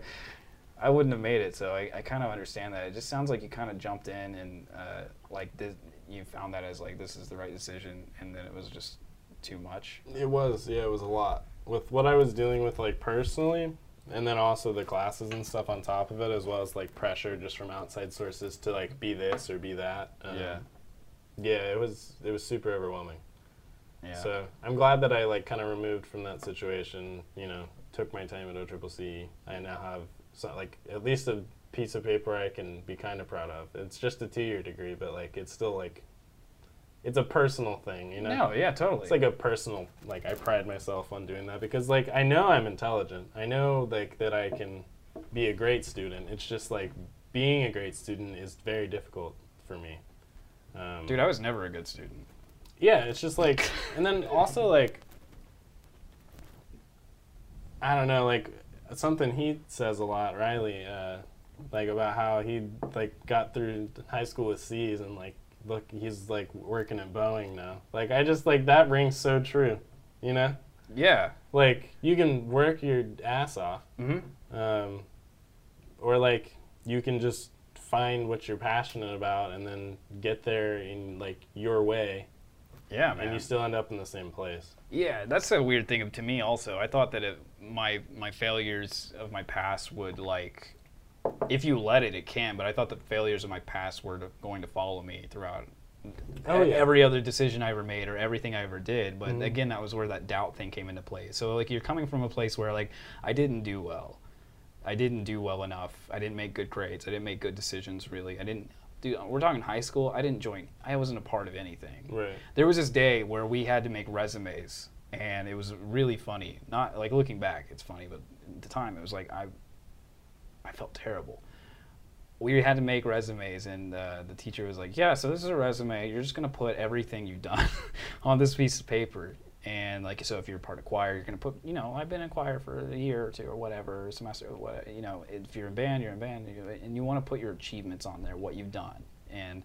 I wouldn't have made it, so I, I kind of understand that. It just sounds like you kind of jumped in and uh, like this, you found that as like this is the right decision, and then it was just too much.
it was yeah, it was a lot with what I was dealing with like personally. And then also the classes and stuff on top of it, as well as like pressure just from outside sources to like be this or be that. Um, yeah, it was it was super overwhelming.
yeah.
So I'm glad that I like kind of removed from that situation. You know, took my time at O Triple C. I now have so, like at least a piece of paper I can be kind of proud of. It's just a two-year degree, but like it's still like it's a personal thing. You know,
no, yeah, totally.
it's like a personal like I pride myself on doing that because like I know I'm intelligent. I know like that I can be a great student. It's just like being a great student is very difficult for me. Um,
dude, I was never a good student.
yeah, it's just like, and then also like, I don't know, like something he says a lot, Riley, uh, like about how he like got through high school with C's and like look, he's like working at Boeing now. Like I just like that rings so true, you know.
Yeah.
Like you can work your ass off,
hmm
um, or like you can just find what you're passionate about and then get there in like your way
Yeah, man.
and you still end up in the same place.
Yeah, that's a weird thing to me. Also, I thought that it, my my failures of my past would like, if you let it, it can. But I thought the failures of my past were to, going to follow me throughout e-,
Oh, yeah. Mm-hmm.
every other decision I ever made or everything I ever did. But again, that was where that doubt thing came into play. So like, you're coming from a place where like I didn't do well, I didn't do well enough. I didn't make good grades. I didn't make good decisions. Really, I didn't. Dude, we're talking high school. I didn't join. I wasn't a part of anything
Right.
there was this day where we had to make resumes and it was really funny not like looking back it's funny but at the time it was like i i felt terrible we had to make resumes and uh, the teacher was like yeah so this is a resume you're just going to put everything you've done on this piece of paper and like so if you're part of choir you're going to put you know i've been in choir for a year or two or whatever a semester or what you know if you're in band you're in band you- and you want to put your achievements on there what you've done and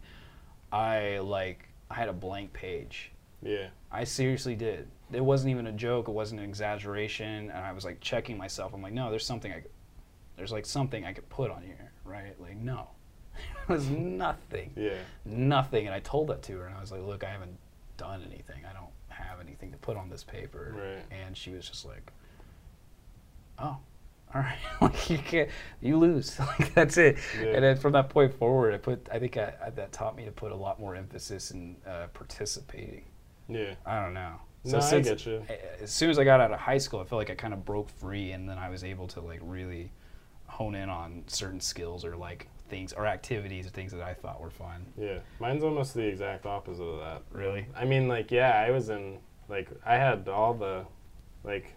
i like i had a blank page
Yeah.
I seriously did. It wasn't even a joke. It wasn't an exaggeration. And I was like checking myself. I'm like, no, there's something I, could- there's like something I could put on here, right? Like, no, there's nothing,
Yeah.
nothing. And I told that to her, and I was like, look, I haven't done anything. I don't have anything to put on this paper.
Right.
And she was just like, oh, all right, like you can't, you lose. like that's it.
Yeah.
And then from that point forward, I put, I think I, I, that taught me to put a lot more emphasis in uh, participating.
Yeah.
I don't know.
no, I
since-
get you.
a- As soon as I got out of high school, I felt like I kind of broke free, and then I was able to like really hone in on certain skills or like things or activities or things that I thought were fun.
Yeah. Mine's almost the exact opposite of that.
Really?
I mean, like, yeah, I was in, like, I had all the, like,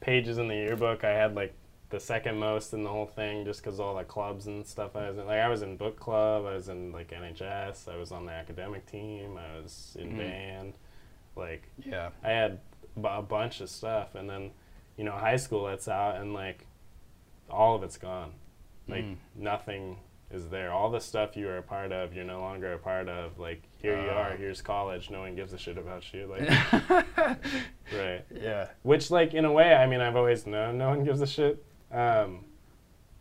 pages in the yearbook. I had, like, the second most in the whole thing just because all the clubs and stuff I was in. Like, I was in book club, I was in, like, NHS, I was on the academic team, I was in
Mhm.
band. Like,
Yeah.
I had b- a bunch of stuff, and then you know, high school lets out, and like all of it's gone. Like
Mm.
nothing is there. All the stuff you were a part of, you're no longer a part of. Like here you
Ah.
are. Here's college. No one gives a shit about you. Like right.
Yeah.
Which like in a way, I mean, I've always known no one gives a shit. Um,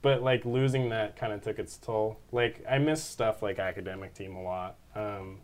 but like losing that kind of took its toll. Like I miss stuff like academic team a lot. Um,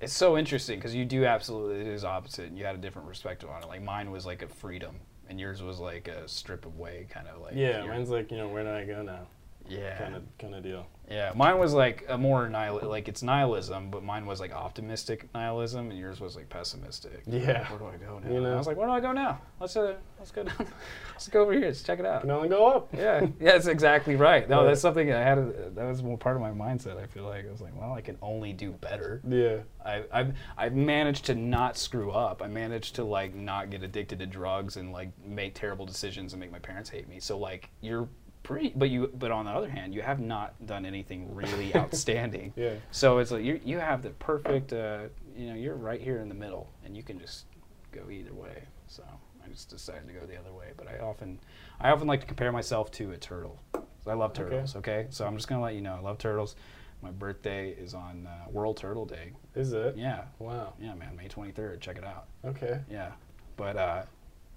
It's so interesting because you do absolutely it is opposite, and you had a different perspective on it. Like mine was like a freedom, and yours was like a strip away kind of like
yeah,
your-
mine's like you know where do I go now?
yeah
Kind of kind of deal.
Yeah, mine was like a more nihil like it's nihilism, but mine was like optimistic nihilism, and yours was like pessimistic.
Yeah.
Where do I go now?
You know?
And I was like, where do I go now? Let's uh, let's go down. let's go over here. Let's check it out.
Can only go up.
Yeah, yeah, that's exactly right. No,
Yeah.
that's something I had. A, that was more part of my mindset. I feel like I was like, well, I can only do better.
Yeah.
I, I've I've managed to not screw up. I managed to like not get addicted to drugs and like make terrible decisions and make my parents hate me. So like you're pretty, but you but on the other hand, you have not done anything really outstanding.
Yeah.
So it's like you you have the perfect uh, you know you're right here in the middle and you can just go either way. So I just decided to go the other way. But I often I often like to compare myself to a turtle. I love
Okay.
turtles. Okay. So I'm just gonna let you know I love turtles. My birthday is on uh, World Turtle Day.
Is it?
Yeah,
Wow.
yeah, man, May 23rd. Check it out.
Okay.
Yeah, but uh,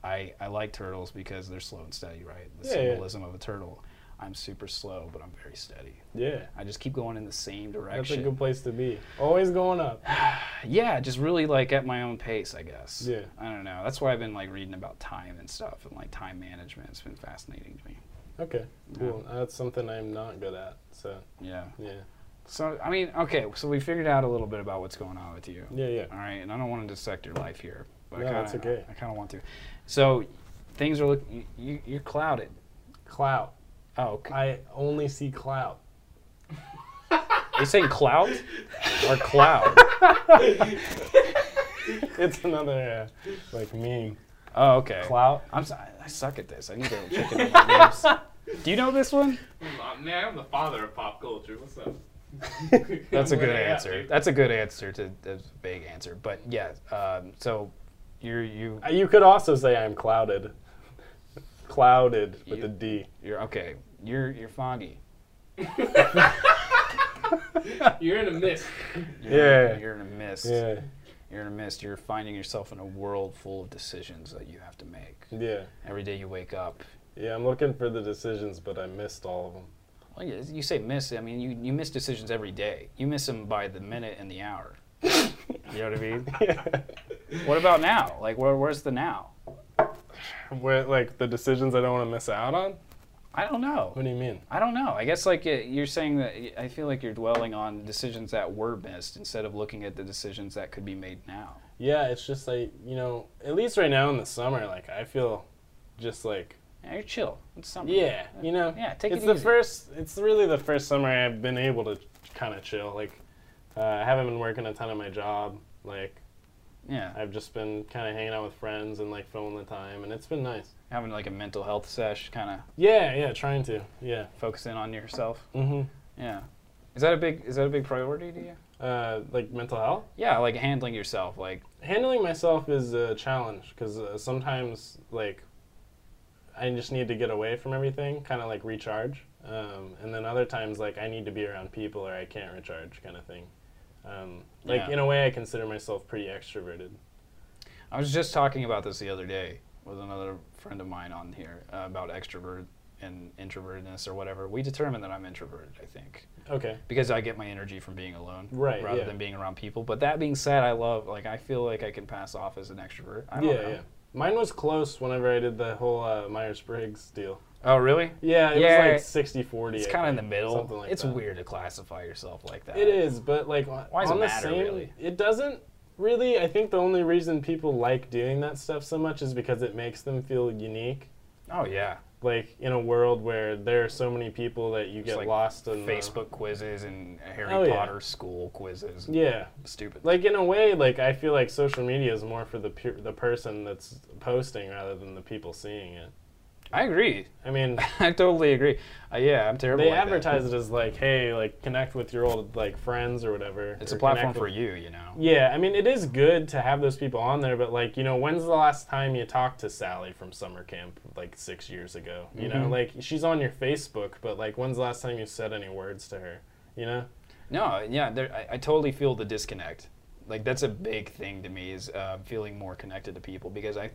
I I like turtles because they're slow and steady, right? The
Yeah, yeah.
symbolism of a turtle. I'm super slow, but I'm very steady.
Yeah.
I just keep going in the same
That's a
direction.
good place to be. Always going up.
yeah, just really like at my own pace, I guess.
Yeah.
I don't know. That's why I've been like reading about time and stuff and like time management. It's been fascinating to me.
Okay. Cool. That's something I'm not good at. So
Yeah.
yeah.
So I mean, okay, so we figured out a little bit about what's going on with you.
Yeah. Yeah.
All right, and I don't want to dissect your life here, but
No,
I kinda,
that's okay.
I kind of want to. So, things are look you, you you're clouded.
Clout.
Oh, okay.
I only see clout.
are you saying clout or cloud?
It's another uh, like meme.
Oh, okay.
Clout.
I'm so, I suck at this. I need to check it out. Do you know this one?
Mm, uh, Man, I'm the father of pop culture. What's up?
That's a
Where
good
they at,
answer.
dude?
That's a good answer to a vague answer, but yeah. Um, so, you're you
Uh, You could also say I'm clouded. Clouded with
You-
a D.
you're okay. You're you're foggy.
You're in a mist.
You're-
Yeah.
You're in a mist.
Yeah.
You're in a mist. You're finding yourself in a world full of decisions that you have to make.
Yeah.
Every day you wake up,
Yeah. I'm looking for the decisions, but I missed all of them.
Well, you you say miss. I mean, you, you miss decisions every day. You miss them by the minute and the hour. You know what I mean? what about now? Like, where, where's the now?
Where, like the decisions I don't want to miss out on.
I don't know.
What do you mean?
I don't know. I guess like it, you're saying that y- I feel like you're dwelling on decisions that were missed instead of looking at the decisions that could be made now.
Yeah, it's just like you know, at least right now in the summer, like I feel just like
Yeah, you're chill. It's something.
yeah, you know,
Yeah, take
it's
it
the
easy.
first. It's really the first summer I've been able to kind of chill. Like uh, I haven't been working a ton at my job. Like
Yeah,
I've just been kind of hanging out with friends and like filling the time, and it's been nice.
having like a mental health sesh, kind of
Yeah, yeah, trying to. Yeah.
focus in on yourself.
Mm-hmm.
Yeah, is that a big is that a big priority to you?
Uh, like mental health.
Yeah, like handling yourself. Like
handling myself is a challenge because uh, sometimes like i just need to get away from everything kind of like recharge um, and then other times like i need to be around people or i can't recharge kind of thing um, like
Yeah.
in a way i consider myself pretty extroverted
I was just talking about this the other day with another friend of mine on here uh, about extrovert and introvertedness or whatever. We determined that I'm introverted. I think.
okay
because I get my energy from being alone,
Right,
rather
yeah.
than being around people. But that being said, I love like I feel like I can pass off as an extrovert. I
yeah
don't know.
yeah mine was close whenever i did the whole uh, myers-briggs deal
Oh, really?
yeah it
Yeah,
was like 60 40
It's kind of in the middle.
something like
it's
that.
weird to classify yourself like that.
It is, but like
Why does
on
it
the
matter,
same,
really?
it doesn't really. I think the only reason people like doing that stuff so much is because it makes them feel unique.
Oh yeah,
Like in a world where there are so many people that you
Just
get
like
lost in the-
Facebook quizzes and Harry
Oh, yeah.
Potter school quizzes.
yeah,
Stupid.
like in a way, like I feel like social media is more for the pu- the person that's posting rather than the people seeing it.
I agree.
I mean,
I totally agree. Uh, yeah, I'm terrible.
they
like that.
advertise it as like, hey, like connect with your old like friends or whatever.
It's a
or
platform
connect
for
with-
you, you know.
Yeah, I mean, it is good to have those people on there, but like, you know, when's the last time you talked to Sally from summer camp like six years ago? You know,
Mhm.
like she's on your Facebook, but like, when's the last time you said any words to her? You know?
No, yeah, there, I, I totally feel the disconnect. Like that's a big thing to me is uh, feeling more connected to people because I,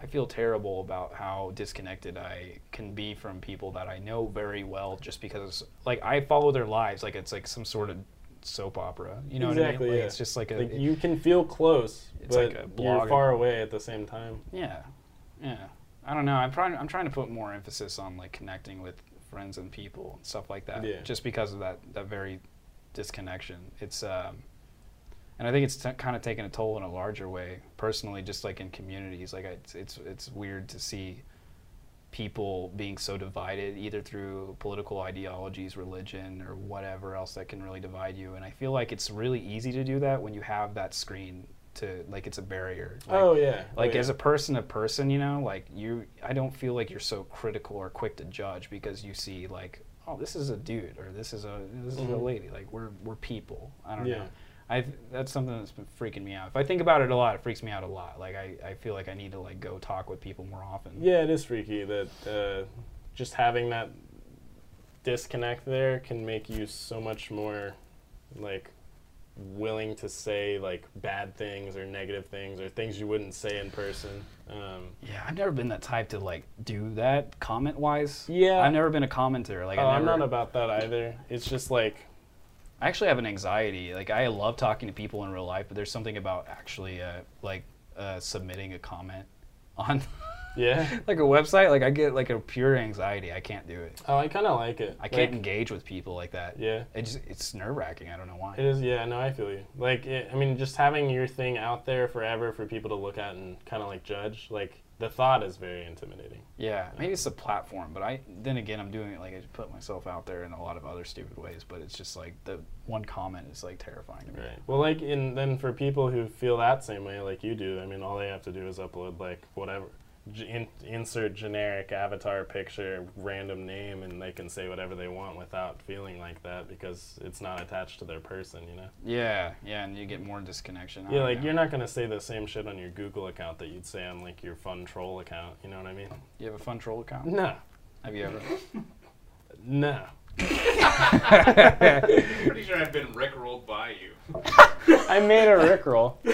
I feel terrible about how disconnected I can be from people that I know very well just because like I follow their lives like it's like some sort of soap opera. You know what I
Exactly,
mean? Like,
yeah.
It's just like a
Like, you can feel close,
It's
but
like a
you're
blog.
far away at the same time.
yeah, yeah. I don't know. I'm trying. I'm trying to put more emphasis on like connecting with friends and people and stuff like that.
Yeah.
Just because of that that very disconnection. It's um, and I think it's t- kind of taken a toll in a larger way personally, just like in communities. Like I, it's, it's it's weird to see people being so divided either through political ideologies, religion, or whatever else that can really divide you. And I feel like it's really easy to do that when you have that screen to like it's a barrier. Like,
oh, yeah.
like
oh, yeah.
as a person to person you know like you i don't feel like you're so critical or quick to judge because you see like oh this is a dude or this is a this is a
Mhm.
lady like we're we're people i don't
Yeah.
know i that's something that's been freaking me out if i think about it a lot it freaks me out a lot like i i feel like i need to like go talk with people more often
Yeah, it is freaky that uh, just having that disconnect there can make you so much more like willing to say like bad things or negative things or things you wouldn't say in person. Um,
Yeah, I've never been that type to like do that comment wise.
Yeah.
I've never been a commenter. Like
oh,
I
I'm
never-
not about that either. It's just like
I actually have an anxiety. Like I love talking to people in real life, but there's something about actually uh, like uh, submitting a comment on
yeah.
like a website. Like I get like a pure anxiety. I can't do it.
Oh, I kind of like it.
I can't
Like,
engage with people like that.
yeah.
It just it's nerve wracking. I don't know why.
It is, yeah, no, I feel you. Like, it, I mean, just having your thing out there forever for people to look at and kind of like judge, like, the thought is very intimidating.
Yeah, maybe it's the platform, but I then again I'm doing it like I just put myself out there in a lot of other stupid ways. But it's just like the one comment is like terrifying to me.
Right. Well, like, and then for people who feel that same way, like you do, I mean, all they have to do is upload like whatever, g- in, insert generic avatar picture, random name, and they can say whatever they want without feeling like that because it's not attached to their person, you know.
Yeah, yeah, and you get more disconnection. I
Oh, yeah,
don't
like
know.
you're not gonna say the same shit on your Google account that you'd say on like your fun troll account. You know what I mean?
You have a fun troll account?
No,
Have you ever?
no.
Pretty sure I've been rickrolled by you.
I made a Rickroll.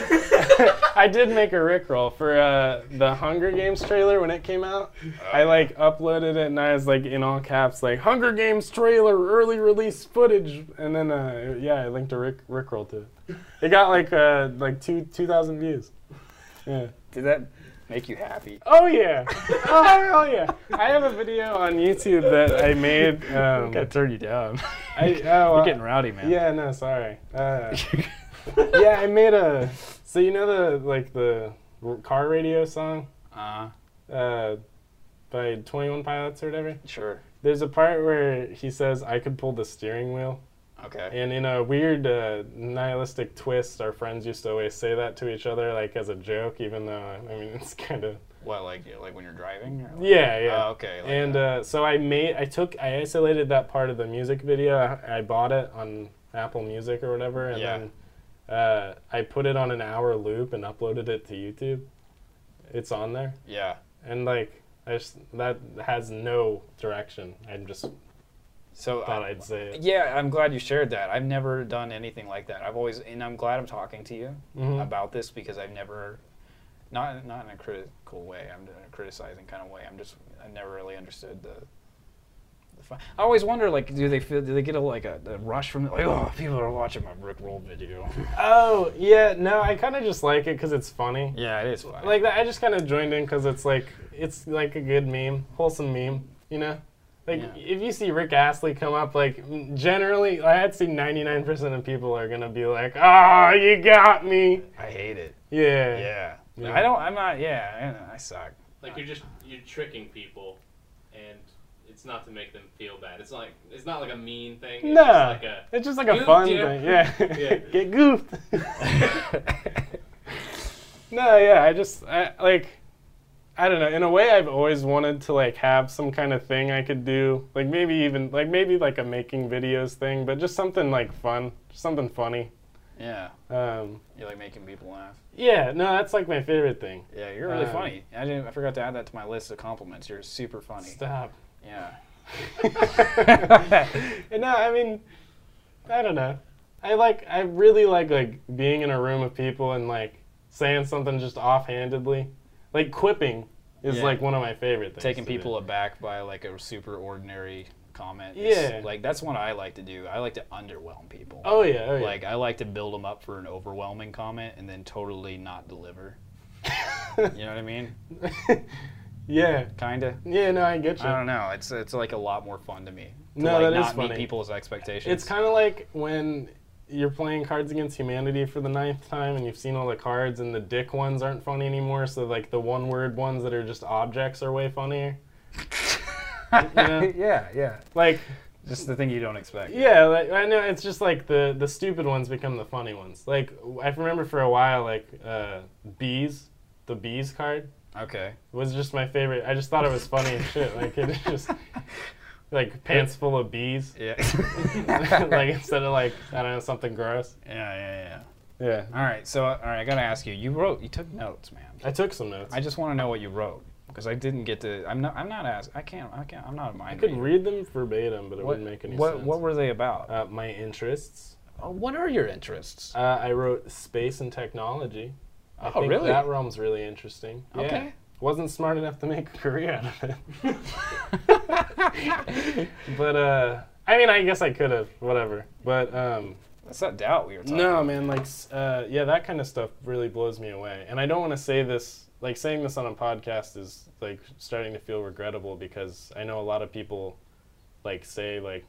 I did make a Rickroll for uh, the Hunger Games trailer when it came out. I like uploaded it and I was like in all caps like Hunger Games trailer early release footage and then uh, yeah I linked a Rick Rickroll to it. It got like uh, like two two thousand views. Yeah.
Did that make you happy?
Oh yeah. Oh hell yeah. I have a video on YouTube that I made. Um,
Gotta turn you down.
I, oh,
You're
uh,
getting rowdy, man.
yeah no sorry. Uh, yeah, I made a. So you know the like the r- car radio song
uh,
uh, by Twenty One Pilots or whatever.
sure.
There's a part where he says, "I could pull the steering wheel,"
Okay.
and in a weird uh, nihilistic twist, our friends used to always say that to each other, like as a joke, even though I mean it's kind of
What, like, you- like when you're driving? Or like-
yeah, yeah.
Oh, okay. like
and
that.
uh, so I made, I took, I isolated that part of the music video. I, I bought it on Apple Music or whatever, and
Yeah.
then uh, I put it on an hour loop and uploaded it to YouTube. It's on there,
yeah.
and like, I just that has no direction. I just
So
thought
I,
I'd say it.
Yeah, I'm glad you shared that. I've never done anything like that. I've always, and I'm glad I'm talking to you
Mhm.
about this because I've never, not not in a critical way. I'm in a criticizing kind of way. I'm just, I never really understood the. the fu- I always wonder, like, do they feel? Do they get a like a, a rush from like, oh, people are watching my brick roll video?
Oh yeah, no, I kind of just like it because it's funny.
yeah, it is funny.
Like that, I just kind of joined in because it's like it's like a good meme, wholesome meme, you know. Like
Yeah.
if you see Rick Astley come up, like m- generally, like, I'd say ninety nine percent of people are gonna be like, "Ah, you got me."
I hate it.
Yeah.
Yeah.
Yeah.
I don't. I'm not. Yeah, I, I suck.
Like you're just you're tricking people, and it's not to make them feel bad. It's like it's not like a mean thing. It's
No,
just like a
it's just like a
Goofed,
fun
you know?
thing. Yeah.
Yeah.
Get goofed. no, yeah, I just I, like I don't know. In a way, I've always wanted to like have some kind of thing I could do, like maybe even like maybe like a making videos thing, but just something like fun, just something funny.
yeah,
Um,
you like making people laugh.
yeah, no, that's like my favorite thing.
Yeah, you're really
Um,
funny. I didn't. I forgot to add that to my list of compliments. You're super funny.
Stop.
Yeah.
and no, I mean, I don't know. I like, I really like like being in a room of people and like saying something just offhandedly, like quipping is
Yeah.
like one of my favorite things.
Taking
to do.
people aback by like a super ordinary comment.
Yeah.
Like that's what I like to do. I like to underwhelm people.
Oh yeah, oh yeah.
Like I like to build them up for an overwhelming comment and then totally not deliver. you know what I mean?
yeah,
Kinda.
yeah. No, I get you.
I don't know. It's it's like a lot more fun to me. To
No,
like
that is
not meet
funny.
people's expectations.
It's kind of like when you're playing Cards Against Humanity for the ninth time and you've seen all the cards and the dick ones aren't funny anymore, so like the one word ones that are just objects are way funnier. know?
yeah, yeah.
Like,
Just the thing you don't expect.
yeah, like, I know it's just like the, the stupid ones become the funny ones. Like, I remember for a while, like, uh, Bees, the Bees card
Okay.
was just my favorite. I just thought it was funny and Oh, shit. Like, it just, like, pants full of bees.
Yeah.
like, instead of like, I don't know, something gross.
Yeah, yeah,
Yeah.
yeah. All right. So, all right. I gotta ask you. You wrote. You took notes, man.
I took some notes.
I just want to know what you wrote because I didn't get to. I'm not. I'm not ask. I can't. I can't. I'm not a
I
mind.
could
reader.
read them verbatim, but it wouldn't make any
what,
sense.
What were they about?
uh, my interests?
Uh, what are your interests?
Uh, I wrote space and technology. I
Oh,
think
really?
That realm's really interesting. Yeah.
Okay.
Wasn't smart enough to make a career out of it. but uh, I mean, I guess I could have. Whatever. But um,
That's not doubt we were talking.
no,
about.
man. Like, s- uh, yeah, that kind of stuff really blows me away. And I don't want to say this. Like, saying this on a podcast is like starting to feel regrettable because I know a lot of people, like, say like,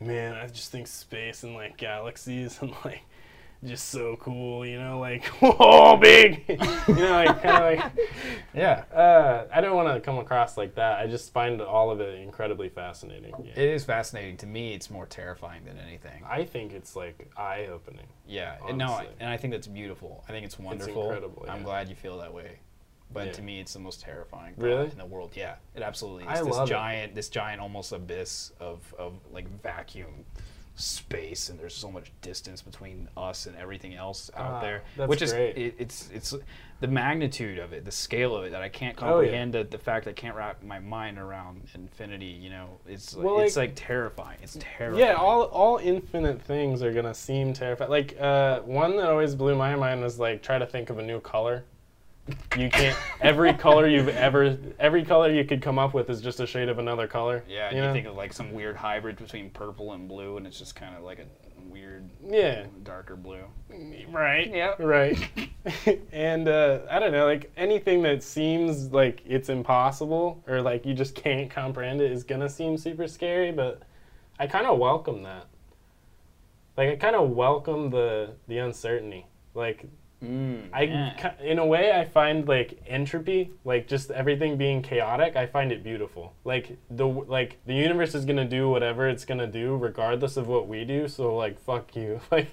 "Man, I just think space and like galaxies and like." Just so cool, you know, like whoa, big, you know, like kind of like.
Yeah.
Uh, I don't want to come across like that. I just find all of it incredibly fascinating. Yeah.
It is fascinating to me. It's more terrifying than anything.
I think it's like eye opening.
Yeah. and No. I,
honestly.
and I think that's beautiful. I think it's wonderful.
incredible,
I'm
yeah.
glad you feel that way. But
Yeah.
to me, it's the most terrifying thought
Really?
in the world. Yeah, it absolutely is.
I
this
love it.
giant, this giant, almost abyss of, of like vacuum space and there's so much distance between us and everything else out
Ah,
there
that's
which is
great.
It, it's it's the magnitude of it the scale of it that i can't
Oh, yeah.
comprehend the, the fact i can't wrap my mind around infinity you know it's like,
Well,
it's
like-
like terrifying it's terrifying
Yeah, all all infinite things are gonna seem terrifying. Like uh, one that always blew my mind was like try to think of a new color. You can't. every color you've ever, every color you could come up with is just a shade of another color.
yeah
you,
and you,
know?
think of like some weird hybrid between purple and blue and it's just kind of like a weird
Yeah.
darker blue
Right.
Yeah.
Right. and uh, I don't know, like anything that seems like it's impossible or like you just can't comprehend it is gonna seem super scary, but I kind of welcome that. Like I kind of welcome the the uncertainty. Like
mm,
I ki- in a way I find like entropy, like just everything being chaotic, I find it beautiful. Like the w- like the universe is going to do whatever it's going to do regardless of what we do, so like fuck you. Like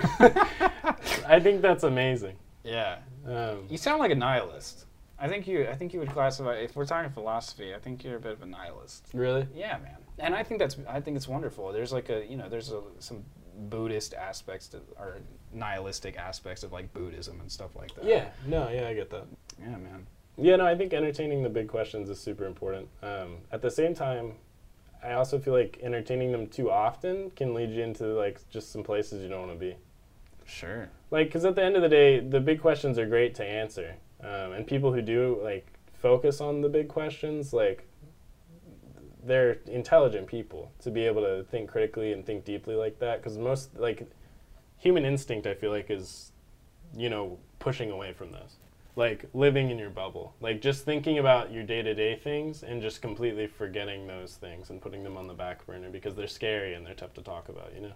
I think that's amazing.
yeah
Um,
You sound like a nihilist. I think you. I think you would classify. If we're talking philosophy, I think you're a bit of a nihilist.
really?
Yeah, man. And I think that's. I think it's wonderful. There's like a. You know. There's a, some Buddhist aspects to, or nihilistic aspects of like Buddhism and stuff like that.
Yeah. No, yeah, I get that.
Yeah, man.
Yeah, no, I think entertaining the big questions is super important. Um, at the same time, I also feel like entertaining them too often can lead you into like just some places you don't want to be.
Sure.
like because at the end of the day the big questions are great to answer um, and people who do like focus on the big questions like they're intelligent people to be able to think critically and think deeply like that because most like human instinct i feel like is you know pushing away from this like living in your bubble like just thinking about your day-to-day things and just completely forgetting those things and putting them on the back burner because they're scary and they're tough to talk about you know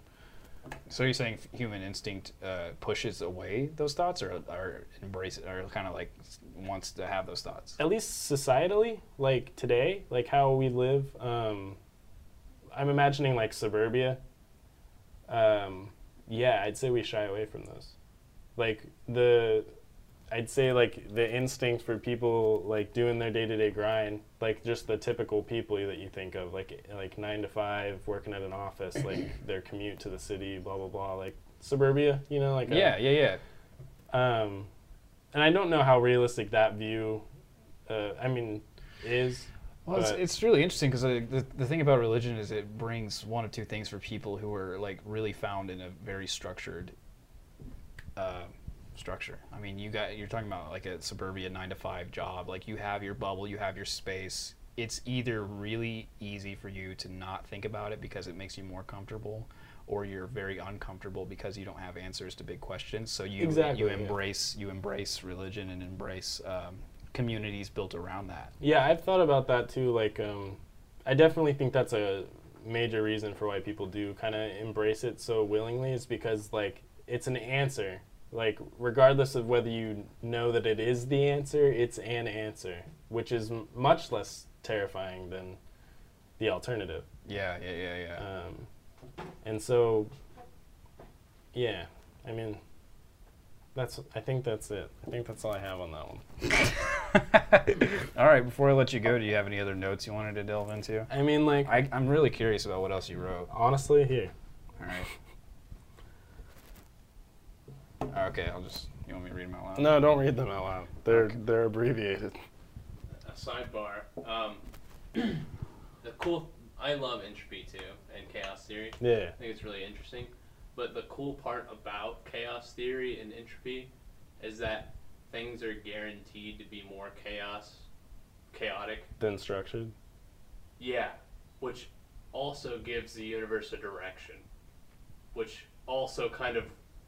So you're saying f- human instinct uh, pushes away those thoughts, or or embrace, or kind of like s- wants to have those thoughts.
at least societally, like today, like how we live, um, I'm imagining like suburbia. Um, yeah, I'd say we shy away from those. Like the, I'd say like the instinct for people like doing their day to day grind, like just the typical people that you think of, like like nine to five, working at an office, like their commute to the city, blah blah blah, like suburbia, you know, like a-
Yeah, yeah, yeah.
um, and I don't know how realistic that view, uh, I mean, is.
Well, it's,
but-
it's really interesting because the, the thing about religion is it brings one of two things for people who are like really found in a very structured uh, structure. I mean, you got you're talking about like a suburbia nine to five job. Like you have your bubble, you have your space. It's either really easy for you to not think about it because it makes you more comfortable, or you're very uncomfortable because you don't have answers to big questions. So you
Exactly,
you
yeah.
embrace you embrace religion and embrace um, communities built around that.
Yeah, I've thought about that too. Like, um, I definitely think that's a major reason for why people do kind of embrace it so willingly. Is because like it's an answer. Like, regardless of whether you know that it is the answer, it's an answer, which is m- much less terrifying than the alternative.
Yeah, yeah, yeah, yeah.
Um, and so, yeah, I mean, that's. I think that's it. I think that's all I have on that one.
All right, before I let you go, do you have any other notes you wanted to delve into?
I mean, like,
I, I'm really curious about what else you wrote.
honestly, here.
All right. Okay, I'll just. You want me to read them out loud?
No, don't read them out loud. They're they're abbreviated.
a sidebar. Um, the cool. I love entropy too and chaos theory.
Yeah.
I think it's really interesting. But the cool part about chaos theory and entropy is that things are guaranteed to be more chaos, chaotic.
Then structured.
Yeah, which also gives the universe a direction, which also kind of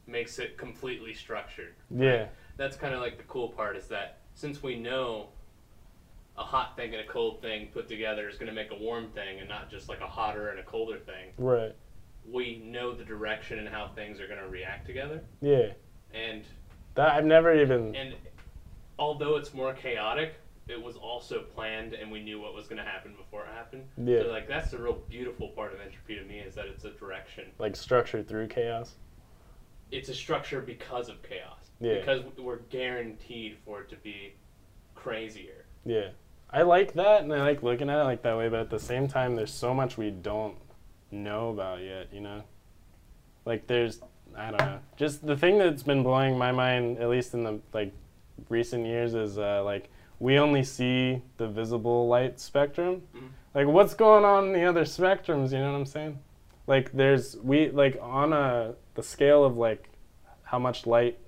makes it completely structured
Yeah.
that's kind of like the cool part is that since we know a hot thing and a cold thing put together is going to make a warm thing and not just like a hotter and a colder thing,
Right.
we know the direction and how things are going to react together.
Yeah.
And
That I've never even.
and although it's more chaotic, it was also planned and we knew what was going to happen before it happened.
Yeah.
So like that's the real beautiful part of entropy to me is that it's a direction.
Like structure through chaos.
It's a structure because of chaos.
Yeah.
Because we're guaranteed for it to be crazier.
Yeah. I like that and I like looking at it like that way, but at the same time, there's so much we don't know about yet. You know. Like there's I don't know. Just the thing that's been blowing my mind, at least in the like recent years, is uh, like we only see the visible light spectrum.
Mhm.
Like what's going on in the other spectrums? You know what I'm saying? Like there's we like on a the scale of like how much light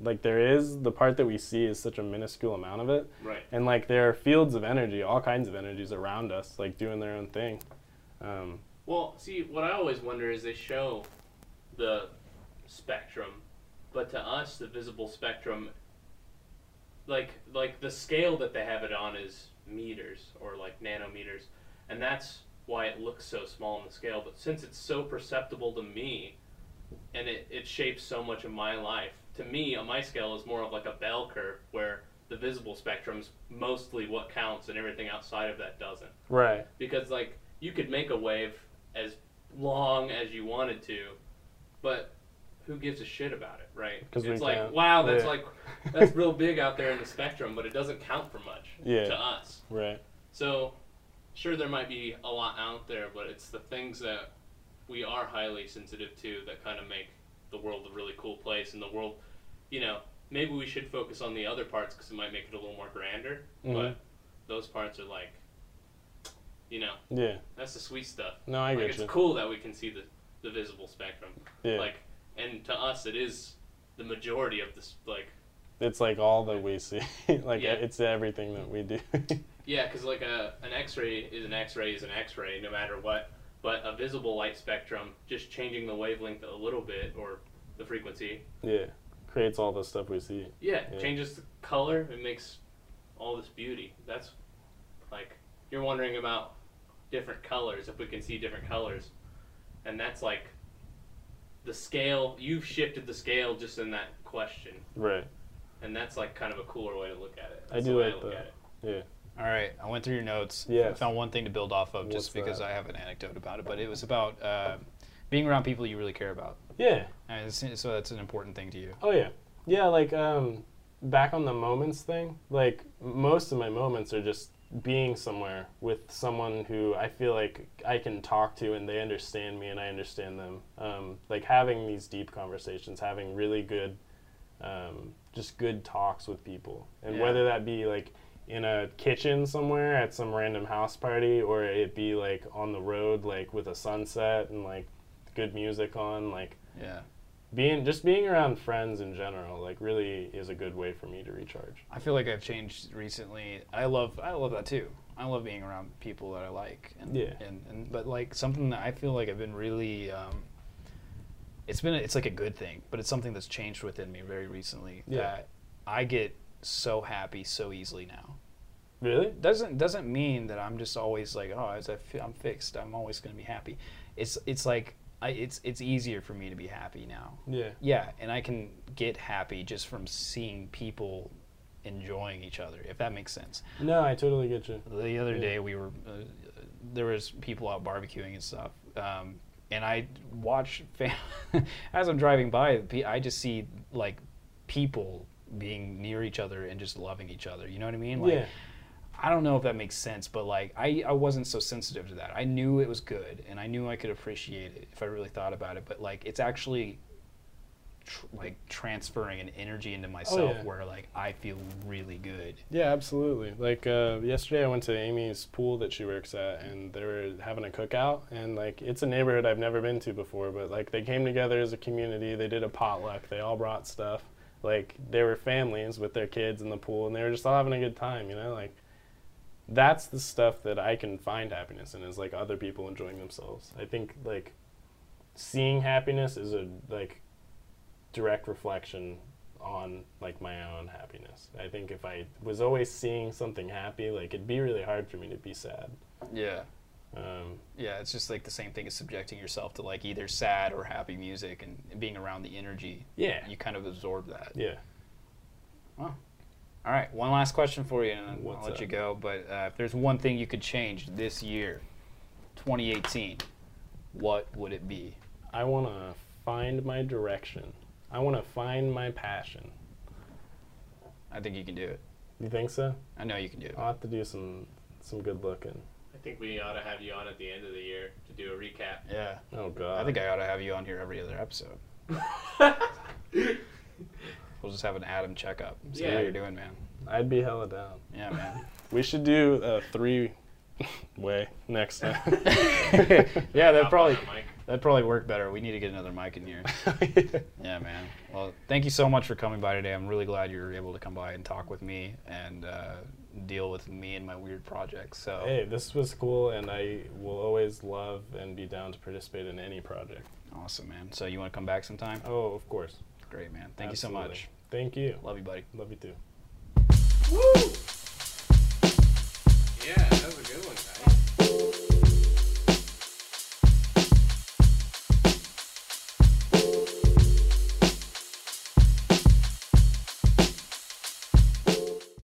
like there is the part that we see is such a minuscule amount of it
Right.
and like there are fields of energy all kinds of energies around us like doing their own thing um,
Well, see, what I always wonder is they show the spectrum, but to us, the visible spectrum, like like the scale that they have it on is meters or like nanometers, and that's why it looks so small on the scale. But since it's so perceptible to me, and it, it shapes so much of my life, to me, on my scale is more of like a bell curve where the visible spectrum's mostly what counts, and everything outside of that doesn't
right
because like you could make a wave as long as you wanted to, but who gives a shit about it, right?
'Cause we
it's like
can't.
wow, that's
Yeah.
like that's real big out there in the spectrum, but it doesn't count for much
Yeah.
to us.
right
So sure, there might be a lot out there, but it's the things that we are highly sensitive to that kind of make the world a really cool place, and the world, you know. Maybe we should focus on the other parts because it might make it a little more grander.
Mhm.
But those parts are like, you know,
yeah
that's the sweet stuff.
no i
like
get
it's
you
cool that we can see the, the visible spectrum.
yeah
Like and to us it is the majority of this like
it's like all that we see like
Yeah.
it's everything that we do
yeah, cuz like a an x-ray is an x-ray is an x-ray no matter what, but a visible light spectrum just changing the wavelength a little bit or the frequency.
yeah creates all the stuff we see
Yeah,
Yeah.
changes the color, it makes all this beauty. That's like you're wondering about different colors if we can see different colors. And that's like the scale you've shifted the scale just in that question.
right
And that's like kind of a cooler way to look at it.
I
That's
do
the way
like
I look
that.
at it.
yeah
All right, I went through your notes.
Yes.
I found one thing to build off of
What's
just because
that?
I have an anecdote about it, but it was about uh, being around people you really care about.
yeah
And it's- so that's an important thing to you.
Oh yeah, yeah. Like um, back on the moments thing. Like most of my moments are just being somewhere with someone who I feel like I can talk to and they understand me and I understand them. Um, like having these deep conversations, having really good, um, just good talks with people, and
Yeah.
whether that be like in a kitchen somewhere at some random house party or it be like on the road like with a sunset and like good music on like
Yeah.
being just being around friends in general like really is a good way for me to recharge
I feel like I've changed recently. I love I love that too. I love being around people that I like. And,
Yeah.
And, and but like something that I feel like I've been really. Um, it's been it's like a good thing, but it's something that's changed within me very recently.
Yeah.
That I get so happy so easily now.
really
doesn't doesn't mean that I'm just always like oh as I feel, I'm fixed I'm always going to be happy. It's it's like I, it's it's easier for me to be happy now.
yeah
Yeah, and I can get happy just from seeing people enjoying each other if that makes sense.
no i totally get you
The other
Yeah.
day we were uh, there was people out barbecuing and stuff. Um, and I watch fam- as I'm driving by pe- I just see like people being near each other and just loving each other. You know what I mean? Like
yeah
I don't know if that makes sense, but like I, I wasn't so sensitive to that. I knew it was good and I knew I could appreciate it if I really thought about it, but like it's actually tr- like transferring an energy into myself
yeah.
where like I feel really good.
yeah absolutely like uh, yesterday i went to amy's pool that she works at and they were having a cookout and like it's a neighborhood i've never been to before but like they came together as a community they did a potluck they all brought stuff like they were families with their kids in the pool and they were just all having a good time you know like that's the stuff that I can find happiness in is like other people enjoying themselves. I think like seeing happiness is a like direct reflection on like my own happiness. I think if I was always seeing something happy, like it'd be really hard for me to be sad.
Yeah.
Um,
Yeah, it's just like the same thing as subjecting yourself to like either sad or happy music and being around the energy.
yeah,
You kind of absorb that.
yeah.
All right, one last question for you, and
What's
I'll let
up?
you go. But uh, if there's one thing you could change this year, 2018, what would it be?
I want to find my direction. I want to find my passion.
I think you can do it.
You think so?
I know you can do it.
I'll have to do some some good looking.
I think we ought to have you on at the end of the year to do a recap.
Yeah.
Oh
I
god.
think I ought to have you on here every other episode. We'll just have an Adam checkup. See how
Yeah.
you're doing, man.
I'd be hella down.
Yeah, man.
We should do a three way next time.
yeah, that
Hop
probably
on, Mike.
that probably worked better. We need to get another mic in here. Yeah, man. Well, thank you so much for coming by today. I'm really glad you were able to come by and talk with me and uh, deal with me and my weird projects. So
hey, this was cool and I will always love and be down to participate in any project.
awesome, man. So you want to come back sometime?
Oh, of course.
Great, man. Thank you so
Absolutely.
much.
Thank you.
Love you, buddy.
Love you too.
Yeah, that was a good one, guys.